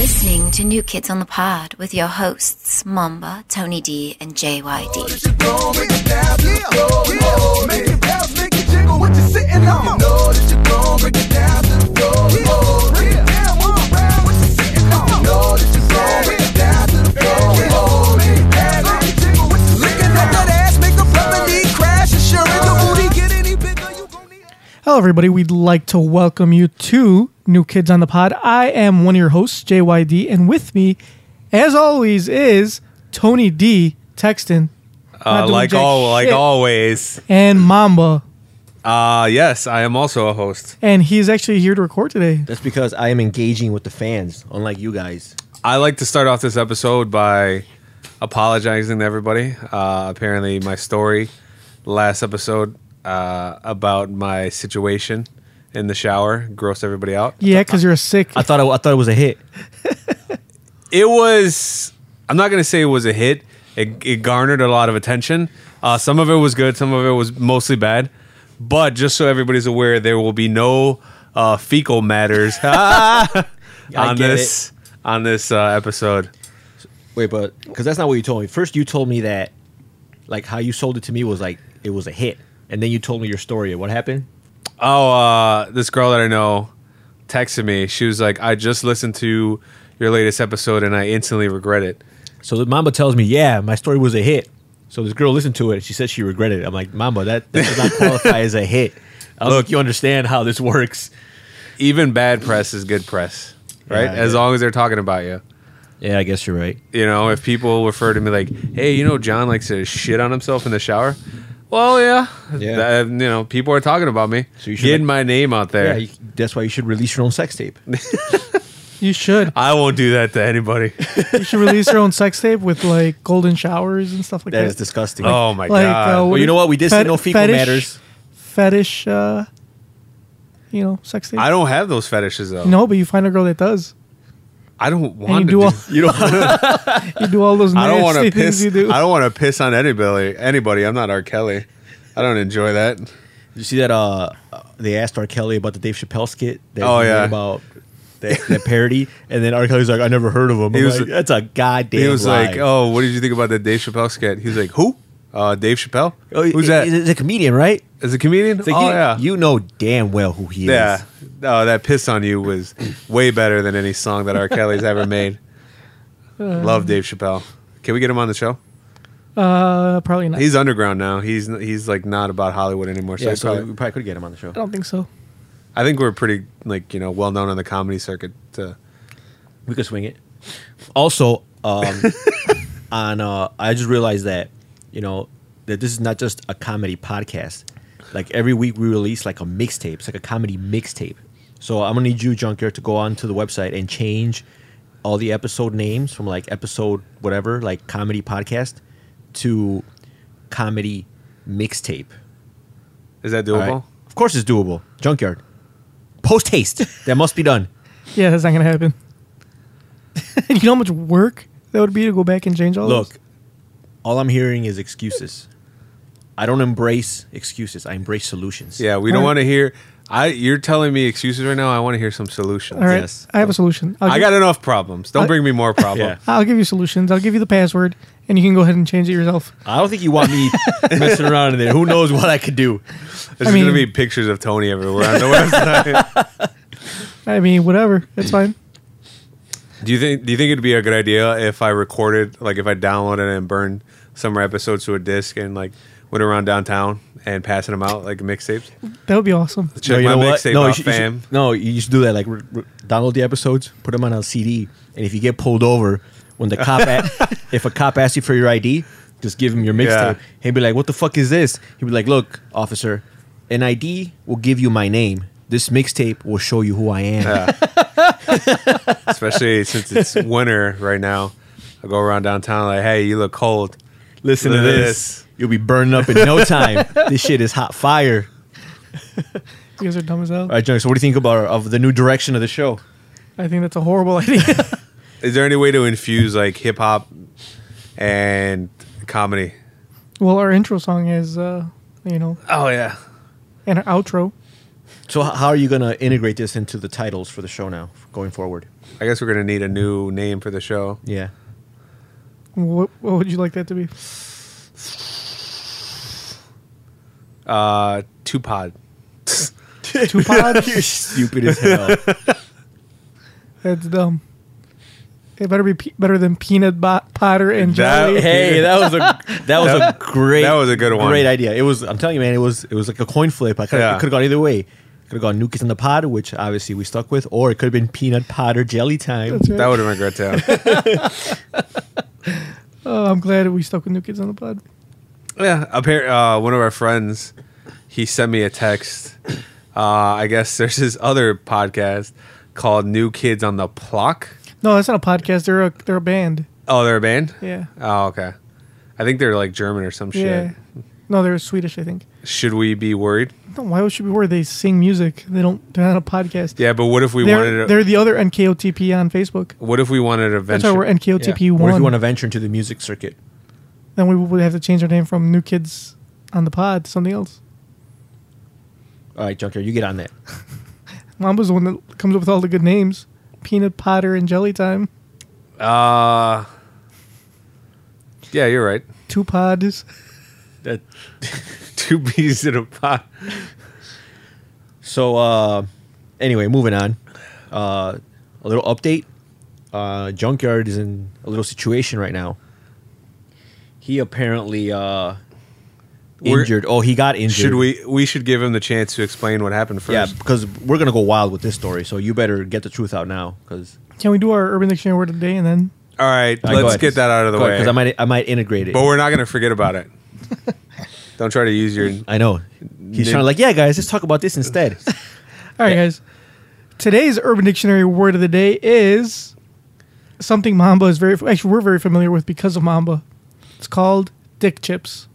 listening to New Kids on the Pod with your hosts, Mamba, Tony D, and JYD. Hello, everybody. We'd like to welcome you to New Kids on the Pod. I am one of your hosts, JYD, and with me, as always, is Tony D. Texton. Uh, like all, like always. And Mamba. Uh yes, I am also a host. And he is actually here to record today. That's because I am engaging with the fans, unlike you guys. I like to start off this episode by apologizing to everybody. Uh, apparently, my story last episode uh, about my situation in the shower grossed everybody out. Yeah, because you're a sick. I thought it, I thought it was a hit. It was. I'm not gonna say it was a hit. It, it garnered a lot of attention. Uh, some of it was good. Some of it was mostly bad. But just so everybody's aware, there will be no uh, fecal matters on get this on this uh, episode. Wait, but because that's not what you told me. First, you told me that, like, how you sold it to me was like it was a hit, and then you told me your story. What happened? Oh, uh, this girl that I know texted me. She was like, "I just listened to your latest episode and I instantly regret it." So the Mamba tells me, yeah, my story was a hit. So this girl listened to it. and She said she regretted it. I'm like, Mamba, that, that does not qualify as a hit. I don't think you understand how this works. Even bad press is good press, right? Yeah, as yeah. long as they're talking about you. Yeah, I guess you're right. You know, if people refer to me like, "Hey, you know, John likes to shit on himself in the shower." Well, yeah, Yeah. That- you know, people are talking about me, So you should- getting my name out there. Yeah, you, that's why you should release your own sex tape. You should. I won't do that to anybody. You should release your own sex tape with like golden showers and stuff like that. That is disgusting. oh my Like, god! uh, Well, did- you know what? We did say fet- no fecal fetish? matters. Fetish, uh, you know, sex tape. I don't have those fetishes though. No, but you find a girl that does. I don't And want you to do do. all, You don't. you do all those I nasty don't want to things piss. you do. I don't want to piss on anybody. Anybody. I'm not R. Kelly. I don't enjoy that. You see that uh they asked R. Kelly about the Dave Chappelle skit that Oh, he made yeah. about that, that parody, and then R. Kelly's like, I never heard of him. He I'm was- like, That's a goddamn. he was lie. like, "Oh, what did you think about that Dave Chappelle skit?" He was like, "Who? Uh, Dave Chappelle? Who's that? Oh, He's a comedian, right? As a comedian? It's like, oh you, yeah, you know damn well who he yeah. is. Oh, that piss on you was way better than any song that R. Kelly's ever made. Love Dave Chappelle. Can we get him on the show? Uh, probably not. He's underground now. He's he's like not about Hollywood anymore. So, Yeah, he's so probably- we probably could get him on the show. I don't think so. I think we're pretty like you know well known on the comedy circuit. To, We could swing it. Also, um, on uh, I just realized that you know that this is not just a comedy podcast. Like every week, we release like a mixtape. It's like a comedy mixtape. So I'm gonna need you, Junkyard, to go onto the website and change all the episode names from like episode whatever, like comedy podcast, to comedy mixtape. is that All doable? right? Of course, it's doable. Junkyard, post haste. that must be done. Yeah, that's not gonna happen. you know how much work that would be to go back and change all Look, those? all I'm hearing is excuses. I don't embrace excuses. I embrace solutions. Yeah, we don't All right. want to hear. I you're telling me excuses right now. I want to hear some solutions. All right, Uh, yes. I have a solution. I'll I give- got enough problems. Don't I- bring me more problems. I'll give you solutions. I'll give you the password, and you can go ahead and change it yourself. I don't think you want me messing around in there. Who knows what I could do? There's I mean- gonna be pictures of Tony everywhere on the website. I mean, whatever, it's fine. do you think Do you think it'd be a good idea if I recorded, like, if I downloaded and burned summer episodes to a disc and like went around downtown and passing them out like mixtapes? That would be awesome. Check you my know what? mixtape No, you out, should, you should- fam. no, you should do that. Like, re- re- download the episodes, put them on a CD, and if you get pulled over, when the cop, a- if a cop asks you for your ID, just give him your Yeah. mixtape. He'd be like, "What the fuck is this?" He'd be like, "Look, officer, an ID will give you my name. This mixtape will show you who I am." Especially since it's winter right now. I go around downtown like, hey, you look cold. Listen Look to at this. You'll be burning up in no time. this shit is hot fire. You guys are dumb as hell. All right, Johnny. So, what do you think about of the new direction of the show? I think that's a horrible idea. Is there any way to infuse like hip hop and comedy? well, our intro song is, uh, you know, Oh yeah. and our outro. So h- how are you gonna integrate this into the titles for the show now going forward? I guess we're gonna need a new name for the show. Yeah. What, what would you like that to be? Uh, two pod. Two You're pods? stupid as hell. That's dumb. It better be pe- better than peanut bo- Potter and That- jelly. hey, that was a that was a great that was a good one. Great idea. It was I'm telling you, man, it was it was like a coin flip. I could Yeah. have gone either way. Could have gone Nuke is in the pod, which obviously we stuck with, or it could have been peanut pot or jelly time. That's right. That would have been great too. Oh, I'm glad we stuck with New Kids on the Pod. yeah, appar- uh, one of our friends, he sent me a text. Uh, I guess there's this other podcast called New Kids on the Block. No, that's not a podcast. They're a they're a band. Oh, they're a band. Yeah. Oh, okay. I think they're like German or some shit. Yeah. No, they're Swedish, I think. Should we be worried? No, why should we worry? They sing music. They don't. They're not a podcast. Yeah, but what if we they're, wanted? they're To, the other NKOTP on Facebook. what if we wanted to That's venture? why we're NKOTP Yeah. Or if one. you want to venture into the music circuit. then we would have to change our name from New Kids on the Pod to something else. All right, Junker, you get on that. Mamba's the one that comes up with all the good names: Peanut Potter and Jelly Time. uh, yeah, you're right. Two pods. that Two bees in a pot. so uh, anyway, moving on. Uh, a little update. Uh, Junkyard is in a little situation right now. He apparently uh, We're- injured. Oh, he got injured. Should we? We should give him the chance to explain what happened Yeah, first. because we're gonna go wild with this story. So you better get the truth out now, because Can we do our Urban Dictionary word of the day and then? All right, let's get that out of the way. Because I might I might integrate it. but we're not going to forget about it. Don't try to use your. I know he's Nin- trying to like, yeah, guys, let's talk about this instead. All right, guys. Today's Urban Dictionary word of the day is something Mamba is very actually we're very familiar with because of Mamba. It's called dick chips.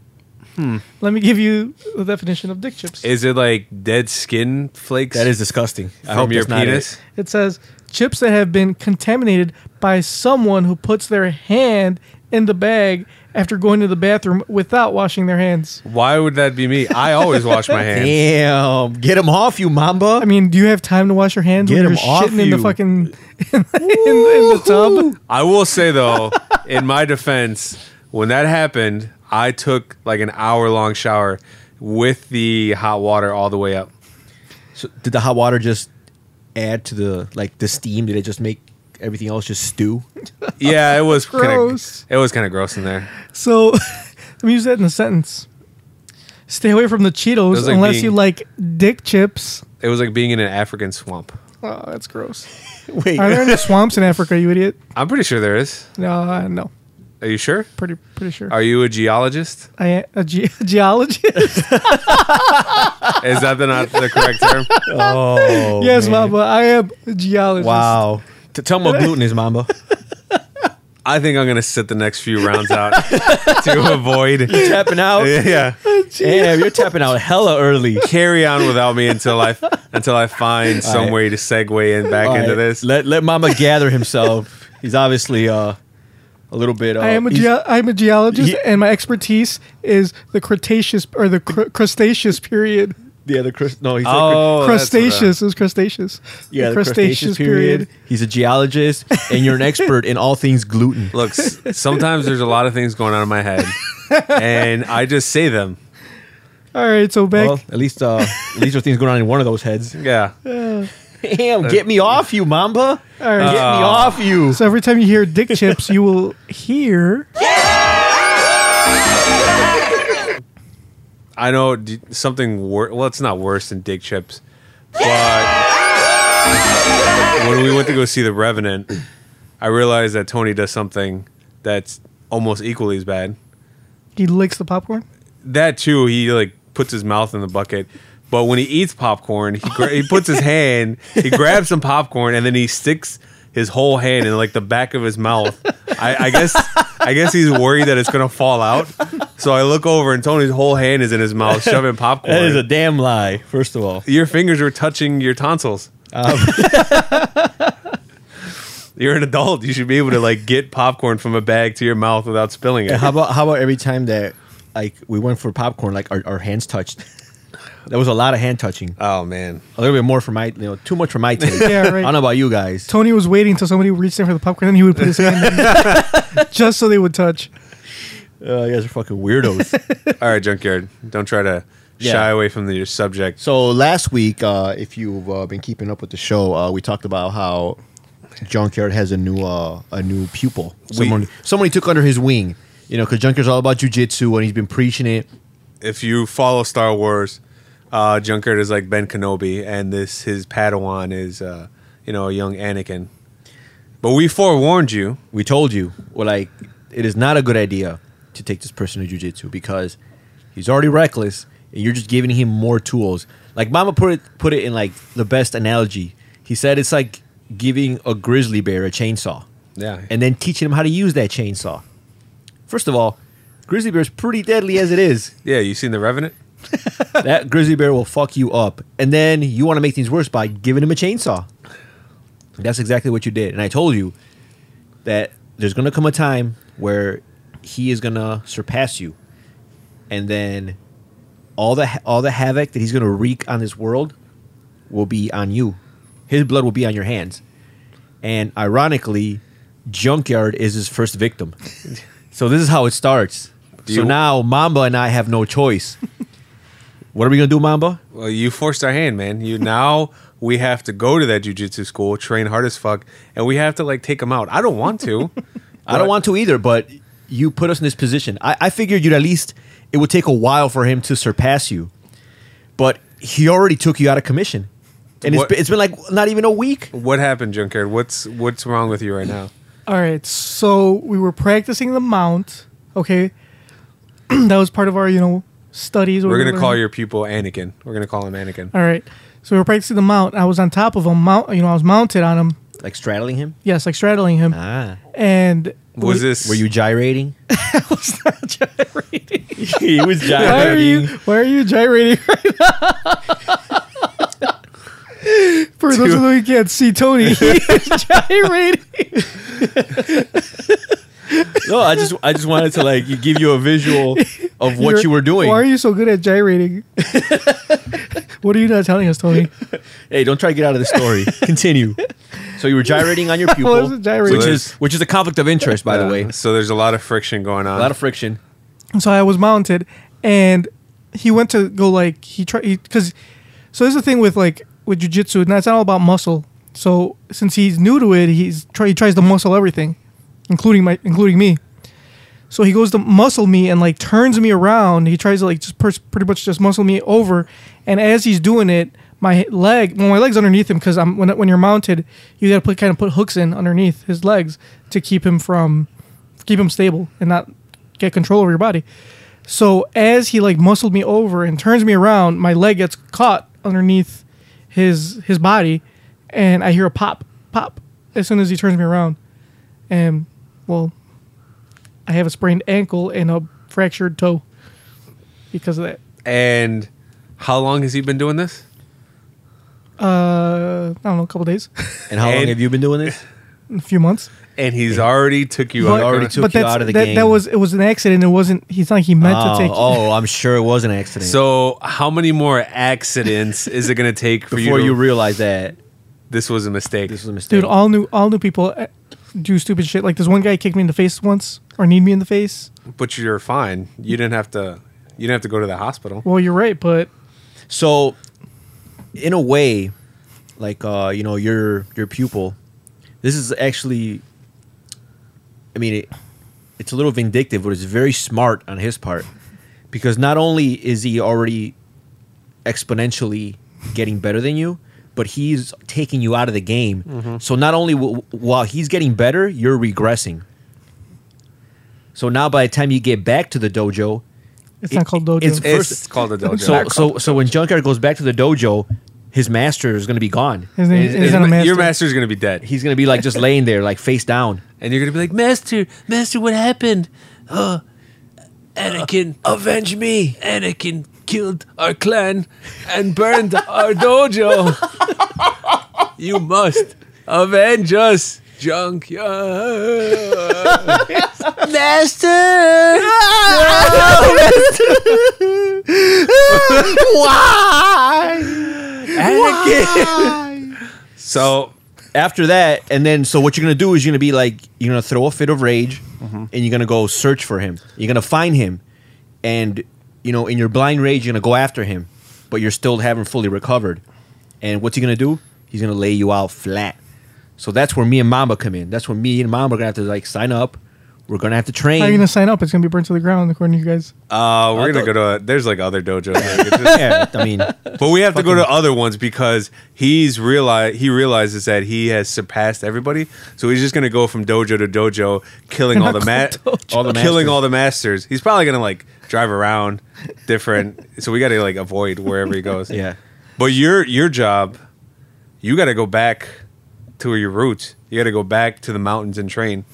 Hmm. Let me give you the definition of dick chips. Is it like dead skin flakes? that is disgusting. I from hope your that's not it. penis. It says chips that have been contaminated by someone who puts their hand in the bag after going to the bathroom without washing their hands. Why would that be me? I always wash my hands. Damn, get him off, you Mamba. I mean, do you have time to wash your hands Get when you're 'em off shitting in the you. fucking in, in the tub? I will say though, in my defense, when that happened, I took like an hour long shower with the hot water all the way up. So did the hot water just add to the like the steam? Did it just make everything else just stew? Yeah, it was kind Gross. of it was kind of gross in there. So let me use that in a sentence. Stay away from the Cheetos Those, like, unless being- you like dick chips. It was like being in an African swamp. Oh, that's gross. Wait, Are there any swamps in Africa, you idiot? I'm pretty sure there is. No, uh, no. Are you sure? Pretty pretty sure. Are you a geologist? I a ge- Oh, geologist? Is that the not the correct term? oh, yes, man. Mama. I am a geologist. Wow. T- tell him what gluten is, Mamba. I think I'm gonna sit the next few rounds out to avoid. tapping out. Yeah, Damn, you're tapping out hella early. carry on without me until I until I find some right. way to segue in back All into right, this. Let let Mama gather himself. He's obviously uh, a little bit. Uh, I am a he's- geo I'm a geologist, He- and my expertise is the Cretaceous or the cr- crustaceous period. Yeah, the crust. No, he's Oh, that's what I- crustaceous is crustaceous. a, uh, yeah, the crustaceous period. He's a geologist, and you're an expert in all things gluten. Look, s- sometimes there's a lot of things going on in my head, and I just say them. All right, so back. Well, at least uh, at least there's things going on in one of those heads. Yeah, Damn, get me off you, Mamba. all right. Uh, Get me off you. So every time you hear dick chips, you will hear. I know d- something worse. Well, it's not worse than dick chips, but when we went to go see The Revenant, I realized that Tony does something that's almost equally as bad. He licks the popcorn. That too, he like puts his mouth in the bucket. But when he eats popcorn, he gra- he puts his hand, he grabs some popcorn, and then he sticks his whole hand in like the back of his mouth. I, I guess I guess he's worried that it's gonna fall out. So I look over, and Tony's whole hand is in his mouth, shoving popcorn. That is a damn lie. First of all, your fingers were touching your tonsils. Um. You're an adult. You should be able to like get popcorn from a bag to your mouth without Uh-huh. spilling it. how about how about every time that like we went for popcorn, like our, our hands touched. There was a lot of hand touching. Oh man, A little bit more for my, you know, too much for my taste. Yeah, right. I don't know about you guys. Tony was waiting until somebody reached in for the popcorn, and he would put his hand in just so they would touch. Uh, you guys are fucking weirdos. all right, junkyard. Don't try to Yeah. shy away from the, your subject. So last week, uh, if you've uh, been keeping up with the show, uh, we talked about how Junkyard has a new uh, a new pupil. We- Someone someone he took under his wing. You know, because Junkyard's all about jujitsu and he's been preaching it. if you follow Star Wars, uh, Junkert is like Ben Kenobi, and this his Padawan is uh, you know a young Anakin. But we forewarned you. We told you, we're like, it is not a good idea to take this person to jujitsu because he's already reckless, and you're just giving him more tools. Like Mama put it put it in like the best analogy. He said it's like giving a grizzly bear a chainsaw. Yeah. and then teaching him how to use that chainsaw. First of all, grizzly bear's pretty deadly as it is. Yeah, you seen the Revenant? that grizzly bear will fuck you up. And then you want to make things worse by giving him a chainsaw. That's exactly what you did. And I told you that there's going to come a time where he is going to surpass you. And then all the all the havoc that he's going to wreak on this world will be on you. His blood will be on your hands. And ironically, Junkyard is his first victim. so this is how it starts. Do so you- now Mamba and I have no choice. what are we going to do, Mamba? Well, you forced our hand, man. You now we have to go to that jujitsu school, train hard as fuck, and we have to like take him out. I don't want to. I don't But- want to either, but you put us in this position. I, I figured you'd at least, it would take a while for him to surpass you. But he already took you out of commission. And it's What- been, it's been like not even a week. What happened, Junkert? What's what's wrong with you right now? All right, so we were practicing the mount. Okay, that was part of our you know studies. We're gonna call you. your pupil Anakin. We're gonna call him Anakin. All right, so we were practicing the mount. I was on top of him, mount. You know, I was mounted on him. Like straddling him. Yes, like straddling him. Ah. And Uh, Was this? Were you gyrating? gyrating? he was Why are you? Why are you gyrating right now? For those of you who can't see Tony, he is gyrating. No, I just I just wanted to like give you a visual of what You're- you were doing. Why are you so good at gyrating? what are you not telling us, Tony? Hey, don't try to get out of the story. Continue. So you were gyrating on your pupil, wasn't gyrating. which is which is a conflict of interest, by Yeah, the way. so there's a lot of friction going on. A lot of friction. so I was mounted, and he went to go like he tried because. So this is the thing with like with jujitsu, and that's not all about muscle. So since he's new to it, he's try, he tries to muscle everything, including my including me. So he goes to muscle me and like turns me around. He tries to like just pers- pretty much just muscle me over, and as he's doing it, my h- leg, well, my leg's underneath him because I'm when when you're mounted, you gotta put kind of put hooks in underneath his legs to keep him from keep him stable and not get control over your body. So as he like muscled me over and turns me around, my leg gets caught underneath his his body, and I hear a pop pop as soon as he turns me around, and well, I have a sprained ankle and a fractured toe because of that. and how long has he been doing this? Uh, I don't know, a couple days, And how long And- have you been doing this? a few months. And he's already took you But- out. already took you that's- out of the that, game. That was it was an accident. It wasn't. He's not. He meant Oh, to take. oh, I'm sure it was an accident. So how many more accidents is it going to take for before you? you, to- realize that this was a mistake. this was a mistake, Dude, all new all new people uh, do stupid shit. Like this one guy kicked me in the face once, or kneed me in the face. but you're fine. You didn't have to. You didn't have to go to the hospital. Well, you're right, but So, in a way, like uh, you know, your your pupil, this is actually, I mean, it, it's a little vindictive, but it's very smart on his part, because not only is he already exponentially getting better than you, but he's taking you out of the game. So not only w- while he's getting better, you're regressing. So now, by the time you get back to the dojo, it's It- not called dojo. it's- It's First- called a dojo. so so so when Junkyard goes back to the dojo, his master is going to be gone. His name- He's- he's not a master. Your master's going to be dead, He's going to be like just laying there, like face down. and you're going to be like, Master, Master, what happened? Uh, Anakin, Avenge me! Anakin killed our clan and burned our dojo. you must avenge us, junkyard. Master! Why? So After that, and then so what you're gonna do is you're gonna be like you're gonna throw a fit of rage, Mm-hmm. and you're gonna go search for him. You're gonna find him, and you know in your blind rage you're gonna go after him, but you're still haven't fully recovered. And what's he gonna do? He's gonna lay you out flat. So that's where me and Mamba come in. That's where me and Mamba are gonna have to like sign up. We're gonna have to train. How are you gonna sign up? It's gonna be burnt to the ground, according to you guys. uh, we're gonna thought- go to. A, there's like other dojos, like, it's just- yeah, I mean, but we have to go to other ones because he's realize he realizes that he has surpassed everybody. So he's just gonna go from dojo to dojo, killing all the ma- all the Dojo. killing all the masters. He's probably gonna like drive around different. so we gotta like avoid wherever he goes. yeah. But your your job, you got to go back to your roots. You got to go back to the mountains and train.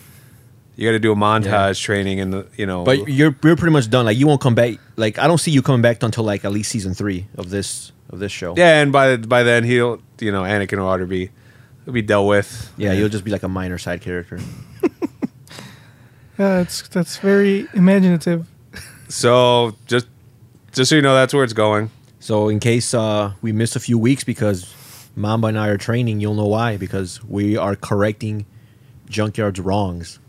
You got to do a montage Yeah. training and the you know. But you're you're pretty much done. Like you won't come back. Like I don't see you coming back until like at least season three of this of this show. yeah, and by by then he'll you know Anakin will already be will be dealt with. yeah. You'll just be like a minor side character. Yeah, that's that's very imaginative. So just just so you know, that's where it's going. So in case uh, we miss a few weeks because Mamba and I are training, you'll know why because we are correcting Junkyard's wrongs.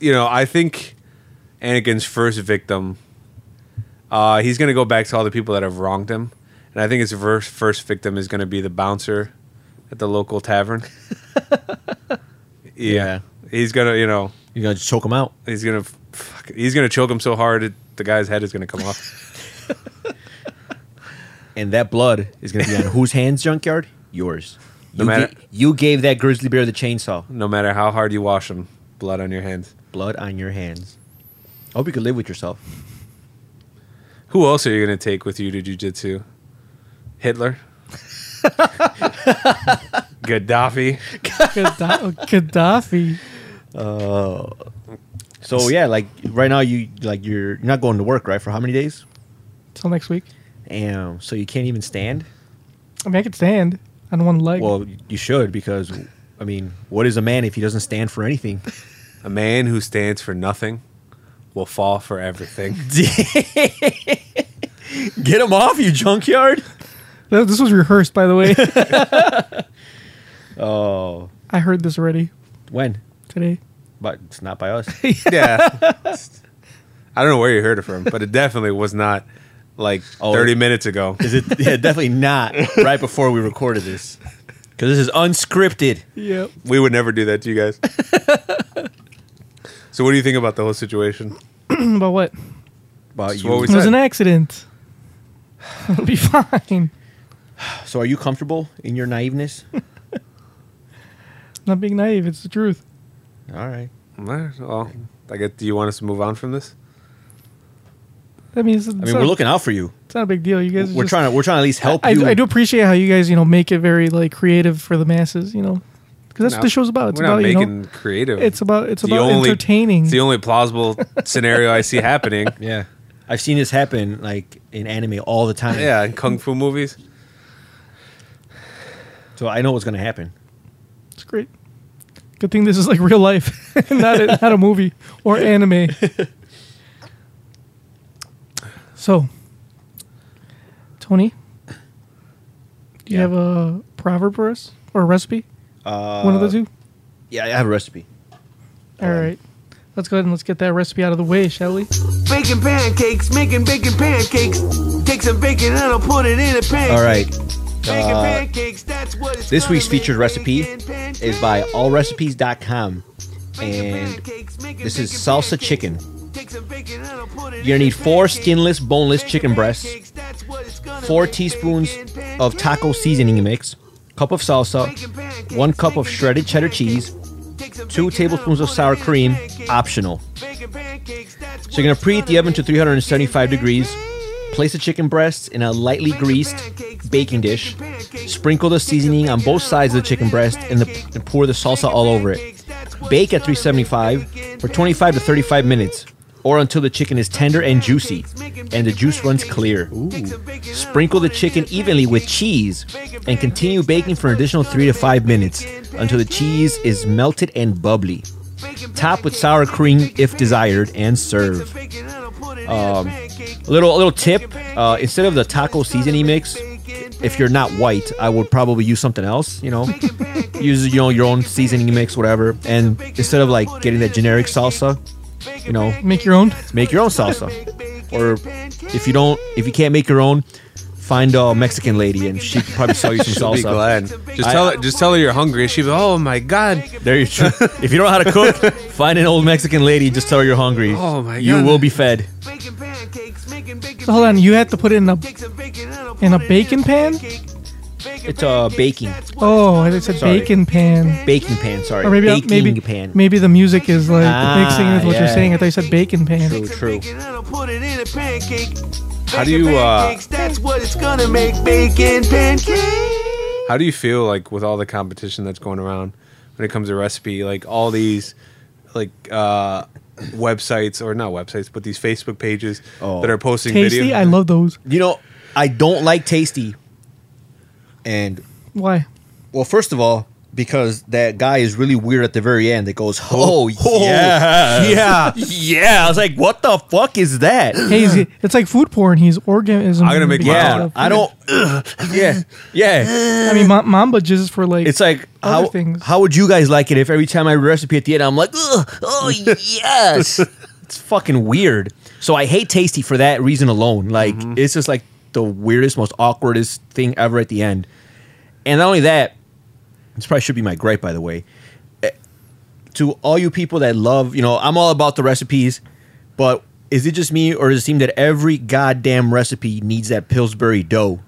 You know, I think Anakin's first victim. Uh, he's gonna go back to all the people that have wronged him, and I think his first first victim is gonna be the bouncer at the local tavern. yeah, he's gonna you know You're gonna just choke him out. He's gonna, fuck, he's gonna choke him so hard it, the guy's head is gonna come off. and that blood is going to be on whose hands, Junkyard? Yours. No you, matter- you gave that grizzly bear the chainsaw. no matter how hard you wash him, blood on your hands. Blood on your hands. I hope you could live with yourself. Who else are you gonna take with you to jujitsu? Hitler, Gaddafi. Gadda- Gaddafi. So yeah, like right now you like you're, you're not going to work right for how many days? Till next week. Damn. So you can't even stand. I mean, I could stand on one leg. Well, you should because I mean, what is a man if he doesn't stand for anything? A man who stands for nothing will fall for everything. Get him off you, junkyard. Th- this was rehearsed, by the way. Oh, I heard this already when? today. But it's not by us. yeah, I don't know where you heard it from, but it definitely was not like Oh. thirty minutes ago. Is it? Yeah, definitely not. Right before we recorded this, because this is unscripted. Yep. We would never do that to you guys. so, what do you think about the whole situation? About what? About That's what we It was said. an accident. It'll be fine. So, are you comfortable in your naiveness? Not being naive. It's the truth. All right. Well, I guess. Do you want us to move on from this? That means it's, I mean, not, we're looking out for you. it's not a big deal. You guys. We're are just, trying to. We're trying to at least help I, you. I do appreciate how you guys, you know, make it very like creative for the masses. You know, because that's what No, the show's about. It's we're about not making you know, creative. it's about it's the about only- entertaining. It's the only plausible scenario I see happening. Yeah, I've seen this happen like in anime all the time. Yeah, in kung fu movies. So I know what's gonna happen. It's great. Good thing this is like real life, not a, not a movie or anime. so, Tony, do you Yeah. have a proverb for us or a recipe? Uh, One of the two. Yeah, I have a recipe. All right, let's go ahead and let's get that recipe out of the way, shall we? Baking pancakes, making bacon pancakes. Take some bacon and I'll put it in a pancake. All right. Bacon uh, pancakes, that's what it's This week's gonna be. featured recipe Bacon pancakes. is by allrecipes.com, Bacon and pancakes, making this is bacon salsa pancakes. chicken. Take some bacon and I'll put it You're in gonna a need four pancake. skinless, boneless Bacon chicken breasts, pancakes, that's what it's gonna four be. teaspoons Bacon of taco pancakes. seasoning mix, cup of Bacon salsa, pancakes, one cup of bacon shredded cheddar pancakes. cheese, Take some bacon two and tablespoons I'll of put sour it in a cream, pancake. optional. Bacon pancakes, that's So what you're it's gonna preheat the gonna oven to be. 375 degrees. Pancakes. Place the chicken breasts in a lightly greased baking dish. Sprinkle the seasoning on both sides of the chicken breast and, the, and pour the salsa all over it. Bake at 375 for 25 to 35 minutes or until the chicken is tender and juicy and the juice runs clear. Sprinkle the chicken evenly with cheese and continue baking for an additional 3 to 5 minutes until the cheese is melted and bubbly. Top with sour cream if desired and serve. Um, Little little tip Uh, instead of the taco seasoning mix, if you're not white, I would probably use something else. You know, use you know your own seasoning mix, whatever. And instead of like getting that generic salsa, you know, Make your own. make your own salsa. Or if you don't, if you can't make your own, find a Mexican lady and she could probably sell you some She'll salsa. be glad. Just I- tell her. Just tell her you're hungry. She'll be. Oh my god. There you go. if you don't know how to cook, find an old Mexican lady. Just tell her you're hungry. Oh my You God. will be fed. So hold on, you had to put it in a. in a bacon pan? It's uh, baking, Oh, I said Sorry. baking pan. baking pan. Sorry, Or maybe uh, baking maybe pan. maybe the music is like Ah, mixing with what you're yeah. saying. I thought you said baking pan. True. True. How do you, uh, That's what it's gonna make bacon pancakes. How do you feel like with all the competition that's going around when it comes to recipe? Like all these, like uh, websites or not websites, but these Facebook pages Oh. that are posting Tasty, video. I love those. You know, I don't like tasty. And Why? well, first of all, because that guy is really weird at the very end. That goes, oh, yeah, yeah, yeah. I was like, what the fuck is that? Hey, is he- it's like food porn. He's organism. I'm gonna make my Yeah, own. I don't. yeah, yeah. I mean, Ma- Mamba jizzes for like. It's like Other how things. how would you guys like it if every time I recipe at the end I'm like, "Ugh, oh yes, it's fucking weird. So I hate tasty for that reason alone. Like it's just like the weirdest, most awkwardest thing ever at the end. And not only that, this probably should be my gripe by the way. Eh, To all you people that love, you know, I'm all about the recipes, but is it just me or does it seem that every goddamn recipe needs that Pillsbury dough?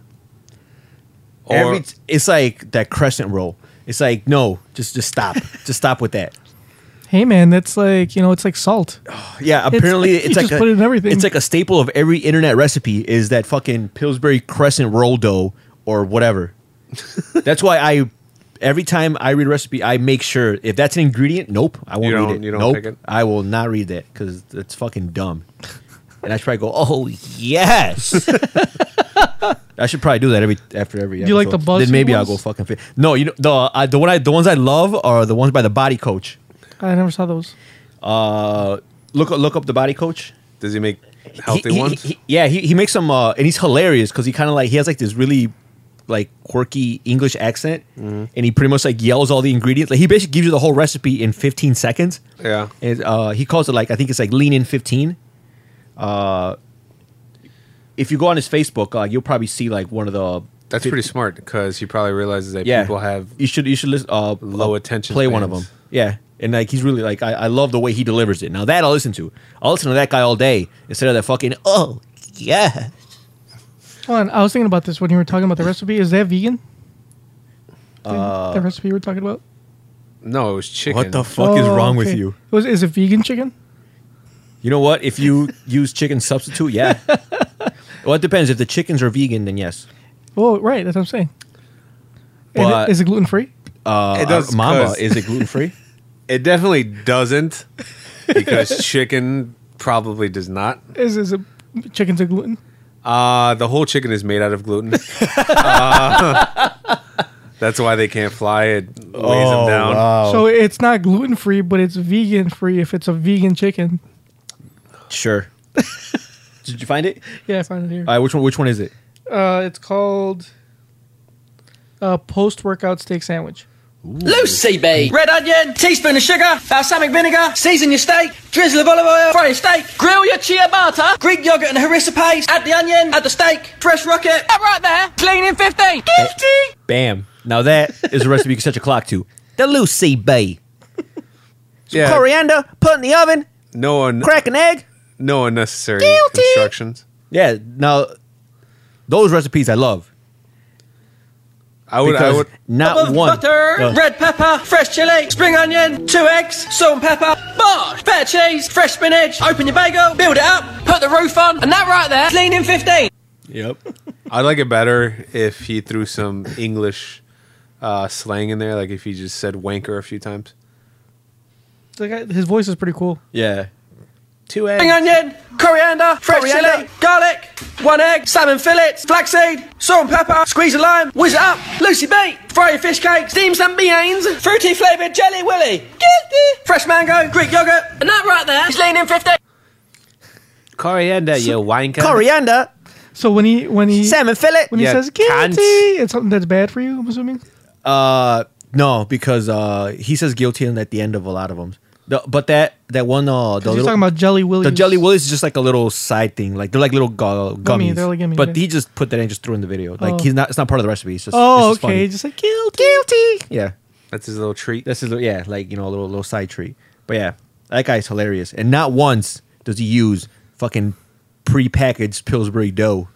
Or- Every t- it's like that crescent roll. It's like no, just just stop, just stop with that. hey man, that's like you know, it's like salt. Yeah, apparently it's, you like just a, put it in everything. It's like a staple of every internet recipe is that fucking Pillsbury crescent roll dough or whatever. that's why I every time I read a recipe, I make sure if that's an ingredient, nope, I won't You don't- read it. you don't nope, pick it? I will not read that because that's fucking dumb. And I should probably go, oh yes. I should probably do that every after every. you like episode. the BuzzFeed Then maybe I'll go ones? fucking. Fit. No, you know the I, the one I the ones I love are the ones by the Body Coach. I never saw those. Uh, look look up the Body Coach. Does he make healthy He- he- ones? he- yeah, he, he makes some, uh, and he's hilarious because he kind of like he has like this really like quirky English accent, Mm-hmm. and he pretty much like yells all the ingredients. Like he basically gives you the whole recipe in 15 seconds. yeah. And, uh, he calls it like I think it's like Lean In 15. Uh, if you go on his Facebook, uh, you'll probably see like one of the That's fif- pretty smart because he probably realizes that yeah. people have. you should you should listen uh, low uh, attention play one of them spans. yeah and like he's really like I, I love the way he delivers it now that I'll listen to I'll listen to that guy all day instead of that fucking oh yeah Hold on, I was thinking about this when you were talking about the recipe. Is that vegan? Uh, the recipe you were talking about. No, it was chicken. what the fuck is Oh, wrong with okay. you Was is it vegan chicken? you know what if you use chicken substitute yeah well it depends if the chickens are vegan then yes Oh, right. That's what I'm saying. And But- is it gluten free? uh, It does, mama 'cause- is it gluten free It definitely doesn't because chicken probably does not. Is is it chicken's a gluten? Uh, the whole chicken is made out of gluten. Uh, that's why they can't fly. It weighs them Oh, down. So it's not gluten free, but it's vegan free if it's a vegan chicken. sure did you find it Yeah, I found it here. all right which one which one is it Uh, it's called uh, post workout steak sandwich. Lucy B. Red onion, teaspoon of sugar, balsamic vinegar, season your steak, drizzle of olive oil, fry your steak, grill your ciabatta, Greek yogurt and harissa paste, add the onion, add the steak, fresh rocket, that right there, clean in 15. Gifty! bam now that is a recipe you can set your clock to the Lucy Bay Yeah, coriander put in the oven no un- crack an egg. no unnecessary Guilty. instructions. Yeah, now those recipes I love Oh, I would, because I would, not Above one. Uh, butter, Ugh. red pepper, fresh chili, spring onion, two eggs, salt and pepper, bosh, feta cheese, fresh spinach, open your bagel, build it up, put the roof on, and that right there, clean in 15. Yep. I'd like it better if he threw some English uh, slang in there, like if he just said wanker a few times. The guy, his voice is pretty cool. Yeah. Two Spring onion, coriander, fresh Coriander. chili, garlic, one egg, salmon fillets, flaxseed, salt and pepper, squeeze a lime, whiz it up, Lucy B, fry your fish cake, steam some beans, fruity flavoured jelly willy, guilty, fresh mango, Greek yogurrt, and that right there is leaning 15. Coriander, you wanker. Coriander. So when he when he Salmon fillet. when he Yeah, says cunts. guilty, it's something that's bad for you. I'm assuming. Uh, no, because uh, he says guilty and at the end of a lot of them. The, but that that one uh, the You're little, talking about Jelly Willy. the jelly willies is just like a little side thing. Like they're like little gu- gummies. Gummy, they're like gummy, but yeah. he just put that in just threw in the video. Like Oh. he's not. It's not part of the recipe. It's just. Oh, it's just okay. funny. Just like guilty. Guilty. Yeah, That's his little treat. this is yeah, like you know, a little little side treat. But yeah, that guy's hilarious. And not once does he use fucking prepackaged Pillsbury dough.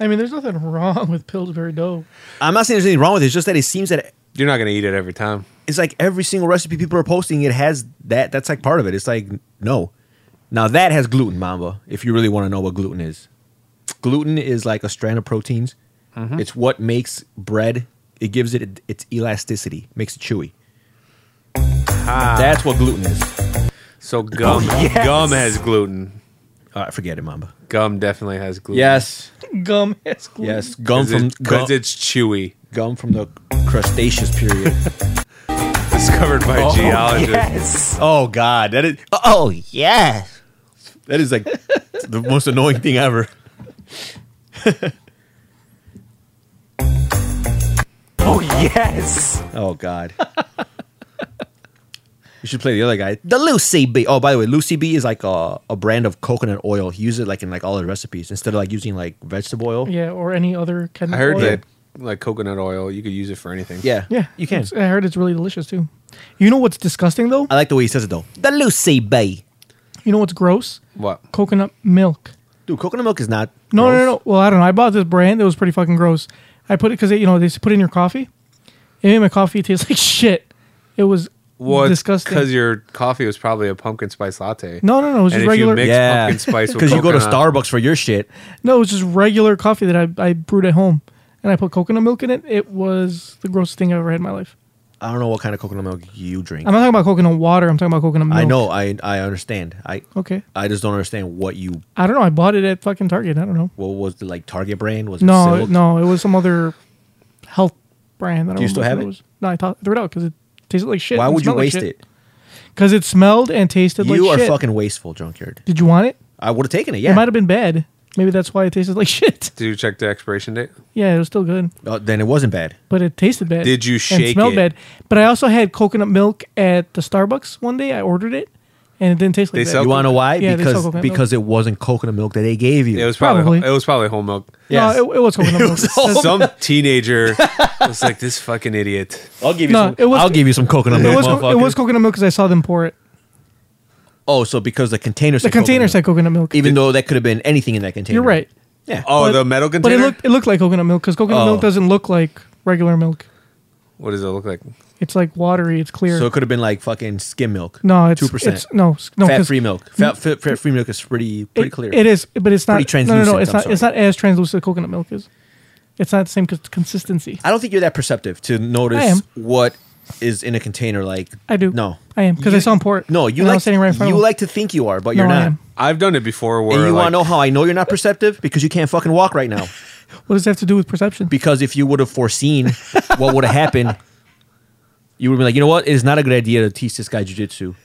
I mean, there's nothing wrong with Pillsbury dough. I'm not saying there's anything wrong with it. It's just that it seems that You're not gonna eat it every time. it's like every single recipe people are posting it has that that's like part of it it's like no now that has gluten mamba if you really want to know what gluten is gluten is like a strand of proteins it's what makes bread it gives it its elasticity makes it chewy that's what gluten is Oh, So gum, gum has gluten. all right forget it mamba Gum definitely has gluten. yes Gum has gluten. yes gum from gum, because it's chewy. gum from the crustaceous period Discovered by geologists. oh god that is oh yeah that is like the most annoying thing ever Oh, yes. Oh God. you should play the other guy, the Lucy B. Oh, by the way, Lucy B is like a, a brand of coconut oil. He uses it like in like all his recipes instead of like using like vegetable oil. Yeah, or any other kind I of. heard oil. that like coconut oil, you could use it for anything. Yeah, Yeah, you can. Uh, it's- I heard it's really delicious too. You know what's disgusting though? I like the way he says it though. The Lucy B. You know what's gross? What? Coconut milk. Dude, coconut milk is not. No, no, gross. no, no. Well, I don't know. I bought this brand that was pretty fucking gross. I put it because you know they put it in your coffee. It made my coffee taste like shit. It was Well, disgusting. Because your coffee was probably a pumpkin spice latte. no, no, no. It was And just if regular. you mix Yeah, pumpkin spice with because you go to coconut- Starbucks for your shit. No, it was just regular coffee that I, I brewed at home, and I put coconut milk in it. It was the grossest thing I've ever had in my life. I don't know what kind of coconut milk you drink. I'm not talking about coconut water. I'm talking about coconut milk. I know. I I understand. I Okay. I just don't understand what you. I don't know. I bought it at fucking Target. I don't know. What was the like Target brand? Was it No, Silk? no, it was some other health brand. I don't Do you still remember have what it? was. No, I thought, threw it out because it tasted like shit. Why would you waste it? Because it smelled and tasted like you are shit. fucking wasteful, junkyard. Did you want it? I would have taken it. Yeah, It might have been bad. Maybe that's why it tasted like shit. Did you check the expiration date? Yeah, it was still good, Uh, then it wasn't bad. but it tasted bad. Did you and shake smelled it? bad. But I also had coconut milk at the Starbucks one day. I ordered it, and it didn't taste like They that. sell You want to know why? Yeah, they sell because coconut milk. because it wasn't coconut milk that they gave you. It was probably, Probably. it was probably whole milk. Yes. No, it, it was coconut milk. That's- Some teenager was like, "This fucking idiot." I'll give No, it was- I'll give you some coconut it milk. was, co- it motherfucker. was coconut milk because I saw them pour it. oh, so because the container The said container said coconut milk. even though that could have been anything in that container. You're right. Yeah. Oh, But- the metal But container. it looked it looked like coconut milk because coconut Oh. milk doesn't look like regular milk. what does it look like? It's like watery. It's clear. So it could have been like fucking skim milk. no, it's two percent. It's, no, s- no, 'cause fat free milk. Fat, fat, fat free milk is pretty pretty it- clear. It is, but it's not. Pretty no, no, no. translucent, It's I'm not. It's sorry. not as translucent as coconut milk is. It's not the same cons- consistency. I don't think you're that perceptive to I notice am. what is in a container. Like I do. No, I am, 'cause I You- saw him pour it, No, you and I like was standing right in front of you him. like to think you are, but you're No, I not. am. I've done it before. Where And you like, want to know how I know you're not perceptive because you can't fucking walk right now. What does it have to do with perception? because if you would have foreseen what would have happened, you would have been like, you know what? It is not a good idea to teach this guy jujitsu.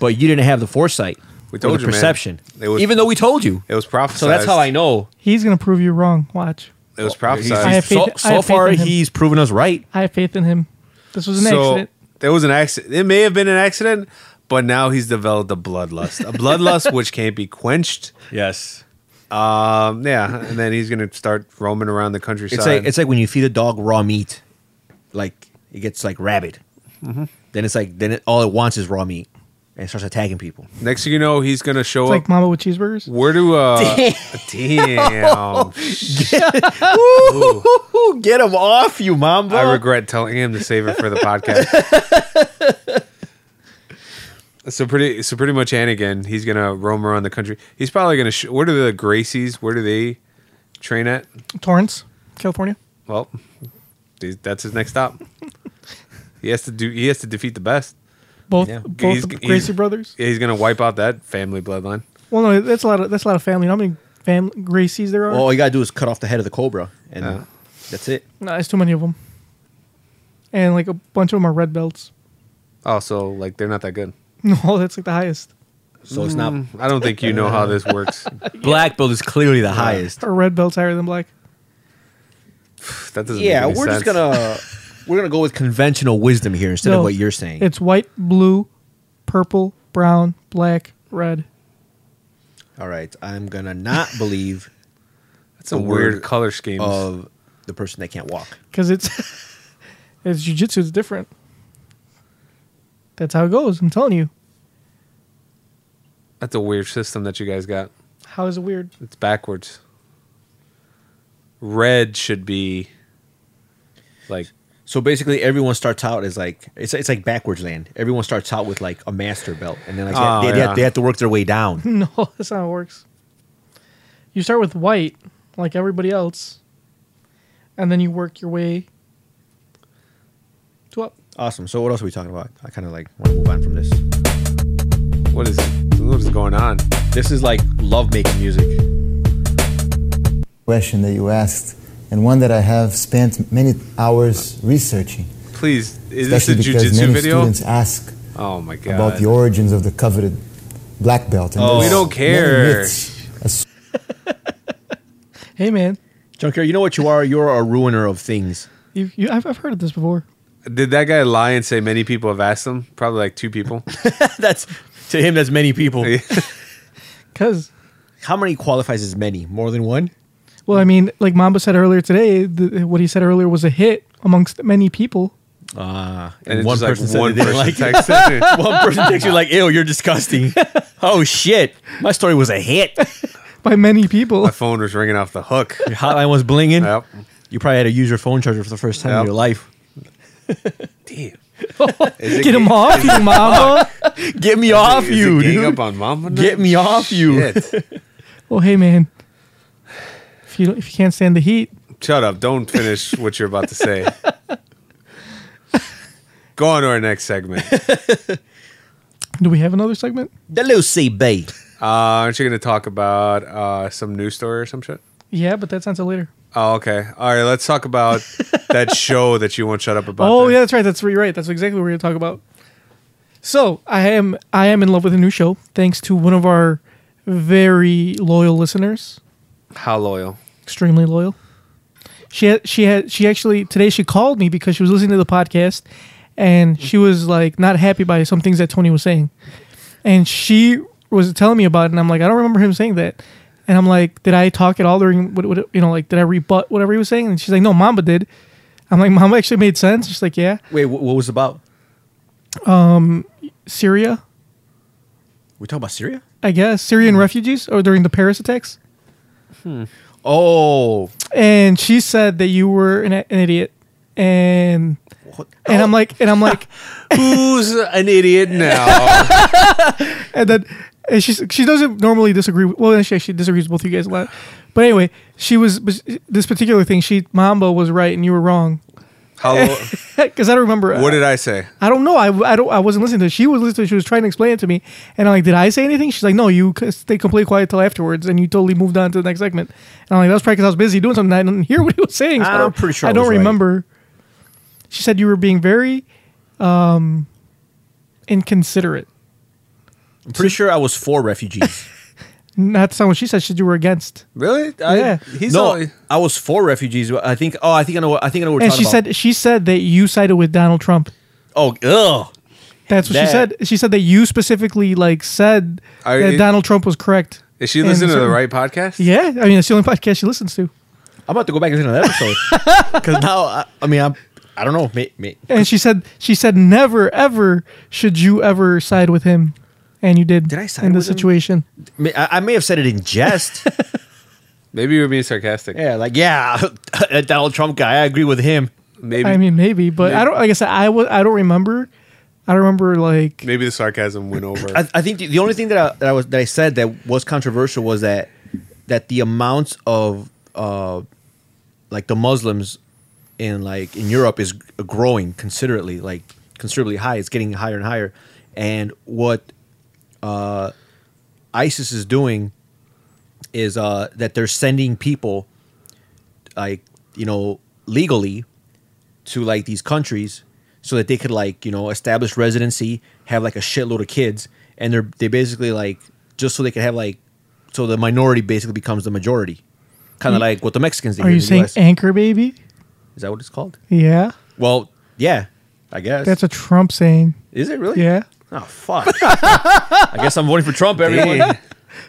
But you didn't have the foresight. We or told the you, man. perception. It was- Even though we told you. It was prophesized. So that's how I know. He's gonna prove you wrong. Watch. It was I prophesized. have faith- so I so have faith far, in him. he's proven us right. I have faith in him. This was an so accident. there was an accident. It may have been an accident, but now he's developed a bloodlust, a bloodlust which can't be quenched. Yes. Um, yeah, and then he's gonna start roaming around the countryside. It's like it's like when you feed a dog raw meat, like it gets like rabid. Then it's like then it, all it wants is raw meat, and it starts attacking people. Next thing you know, he's gonna show It's up. like Mama with cheeseburgers. Where do uh damn. Ooh, Get him off you, mamba! I regret telling him to save it for the podcast. so pretty so pretty much Anakin, he's gonna roam around the country. He's probably gonna sh- where do the Gracies, where do they train at? Torrance, California. Well, th- that's his next stop. he has to do he has to defeat the best. Both Yeah. both He's- the he's- Gracie brothers. Yeah, he's gonna wipe out that family bloodline. Well, no, that's a lot of that's a lot of family. You know how many fam- Gracies there are? Well, all you gotta do is cut off the head of the cobra, and Yeah. that's it. no, it's too many of them. And like a bunch of them are red belts. Oh, so like they're not that good. No, that's like the highest. So it's not I don't think you know how this works. black belt is clearly the highest. Or red belt's higher than black. That doesn't. Yeah, make any we're sense. just gonna we're gonna go with conventional wisdom here instead No, of what you're saying. It's white, blue, purple, brown, black, red. All right, I'm gonna not believe That's a the weird word color scheme. of the person that can't walk. Because it's it's jujitsu is different. That's how it goes. I'm telling you. That's a weird system that you guys got. How is it weird? It's backwards. Red should be like So basically, everyone starts out as like it's it's like backwards land. Everyone starts out with like a master belt, and then like Oh, they, they yeah. have, they have to work their way down. No, that's not how it works. You start with white, like everybody else, and then you work your way to up. awesome. So what else are we talking about? I kind of like want to move on from this. what is what is going on? This is like love making music. question that you asked, and one that I have spent many hours researching. Please, is this a Especially because jujitsu many video? students ask Oh my god! about the origins of the coveted black belt. And Oh. there's We don't many care. myths Hey, man, Junker, you know what you are? You're a ruiner of things. you, you, I've, I've heard of this before. Did that guy lie and say many people have asked him? Probably like two people. that's to him. That's many people. Because, How many qualifies as many? More than one? well, I mean, like Mamba said earlier today, the, what he said earlier was a hit amongst many people. Ah, And, it's one just like person said one they didn't person like it. texted. it. one person takes you like, "Ew, you're disgusting." oh shit, my story was a hit. By many people. My phone was ringing off the hook. Your hotline was blinging. Yep. You probably had to use your phone charger for the first time Yep. in your life. Damn. Get him off, you Mamba. Get me off Is you, it gang dude. up on mama. now? Get me off you. Shit. well, hey, man, if you, don't, if you can't stand the heat, Shut up! Don't finish what you're about to say. Go on to our next segment. Uh, do we have another segment? The Lucy Bay. Uh, aren't you going to talk about uh, some news story or some shit? Yeah, but that's not until later. Oh, okay. All right, let's talk about that show that you won't shut up about. Oh then. yeah, that's right. That's you're right. That's exactly what we're gonna talk about. So I am I am in love with a new show thanks to one of our very loyal listeners, How loyal? extremely loyal. She had, she had she actually today she called me because she was listening to the podcast and she was like not happy by some things that Tony was saying, and she was telling me about it and I'm like I don't remember him saying that, and I'm like did I talk at all during what, what you know like did I rebut whatever he was saying and she's like no Mamba did, I'm like Mamba actually made sense she's like yeah Wait, wh- what was it about? Syria We talking about Syria? I guess Syrian refugees or during the Paris attacks. Oh, And she said that you were an, an idiot, and and I'm like and I'm like Who's an idiot now? and then and she she doesn't normally disagree. With, well, she actually disagrees with both you guys a lot. But anyway, she was but this particular thing. She Mambo was right and you were wrong How lo- because I don't remember. what did I say? I don't know. I, I don't. I wasn't listening to. It. She was listening. She was trying to explain it to me, and I'm like, "Did I say anything?" She's like, "No, you c- stayed completely quiet till afterwards, and you totally moved on to the next segment." And I'm like, "That was probably because I was busy doing something. I didn't hear what he was saying." so I'm pretty sure I I don't was right. remember. She said you were being very um, inconsiderate. I'm pretty sure I was for refugees. Not to sound what she said. She said you were against, Really? I, Yeah. He's no, all, I was for refugees. but I think. Oh, I think I know. What, I think I know. What we're and she talking about. said she said that you sided with Donald Trump. "Oh, ugh." That's what she That- said. She said that you specifically like said Are that you- Donald Trump was correct. is she in listening to the certain- right podcast? Yeah, I mean, it's the only podcast she listens to. I'm about to go back and listen to that episode because now I, I mean I'm I don't know. May, may, and she said she said never ever should you ever side with him and you did Did I side in this with him? situation may, I, I may have said it in jest. Maybe you were being sarcastic. yeah, like yeah, that Donald Trump guy. I agree with him. Maybe i mean maybe but i don't like i said i was i don't remember i don't remember like maybe the sarcasm went over. I, I think the, the only thing that I, that I was that I said that was controversial was that that the amounts of uh, like the Muslims in like in Europe is growing considerably, like considerably high. It's getting higher and higher, and what uh, ISIS is doing is uh, that they're sending people like you know legally to like these countries so that they could like you know establish residency, have like a shitload of kids, and they're they basically like just so they could have like so the minority basically becomes the majority, kind of like what the Mexicans did. Are you here in the saying US. anchor baby? Is that what it's called? Yeah. Well, yeah, I guess. That's a Trump saying. Is it really? Yeah. Oh fuck! I guess I'm voting for Trump, everyone. Damn.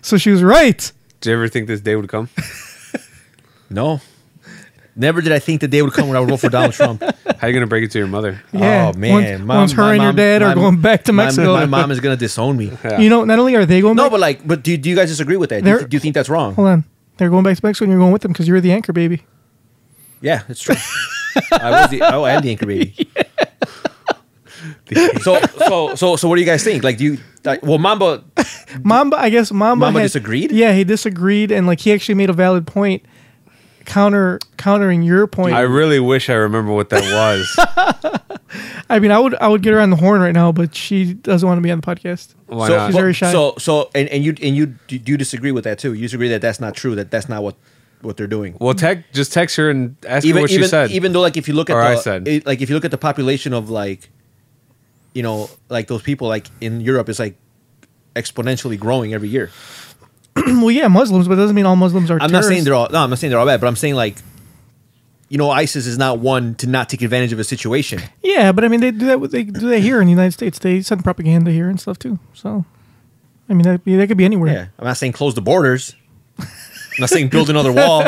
So she was right. Did you ever think this day would come? No, never did I think the day would come when I would vote for Donald Trump. How you gonna break it to your mother? Yeah. Oh man, Once, once her and your dad are my- going back to my- Mexico. My, mom is gonna disown me. You know, not only are they going No, back, but like, but do, do you guys disagree with that? Do you, They're- th- do you think that's wrong? hold on. They're going back to Mexico and you're going with them because you're the anchor baby. Yeah, it's true. I was the, oh, I'm the anchor baby. so so so so what do you guys think? Like, do you like, well, Mamba? Mamba, I guess Mamba, Mamba had- disagreed? Yeah, he disagreed, and like he actually made a valid point, counter countering your point. I I, really wish I remember what that was. mean, I would I would get her on the horn right now, but she doesn't want to be on the podcast. Why so not? she's Well, very shy. So so and and you and you do do you disagree with that too? You disagree that that's not true. That that's not what what they're doing. well, tech, just text her and ask her even what even she said. even though like if you look at Or the, I said. it- like if you look at the population of like you know like those people like in Europe it's like exponentially growing every year. well, yeah, Muslims, but it doesn't mean all Muslims are. I'm not saying they're all no, I'm not saying they're all bad, but I'm saying like you know ISIS is not one to not take advantage of a situation. Yeah, but I mean they do that. with- They do that here in the United States. They send propaganda here and stuff too. So, I mean that that could be anywhere. Yeah, I'm not saying close the borders. I'm not saying build another wall.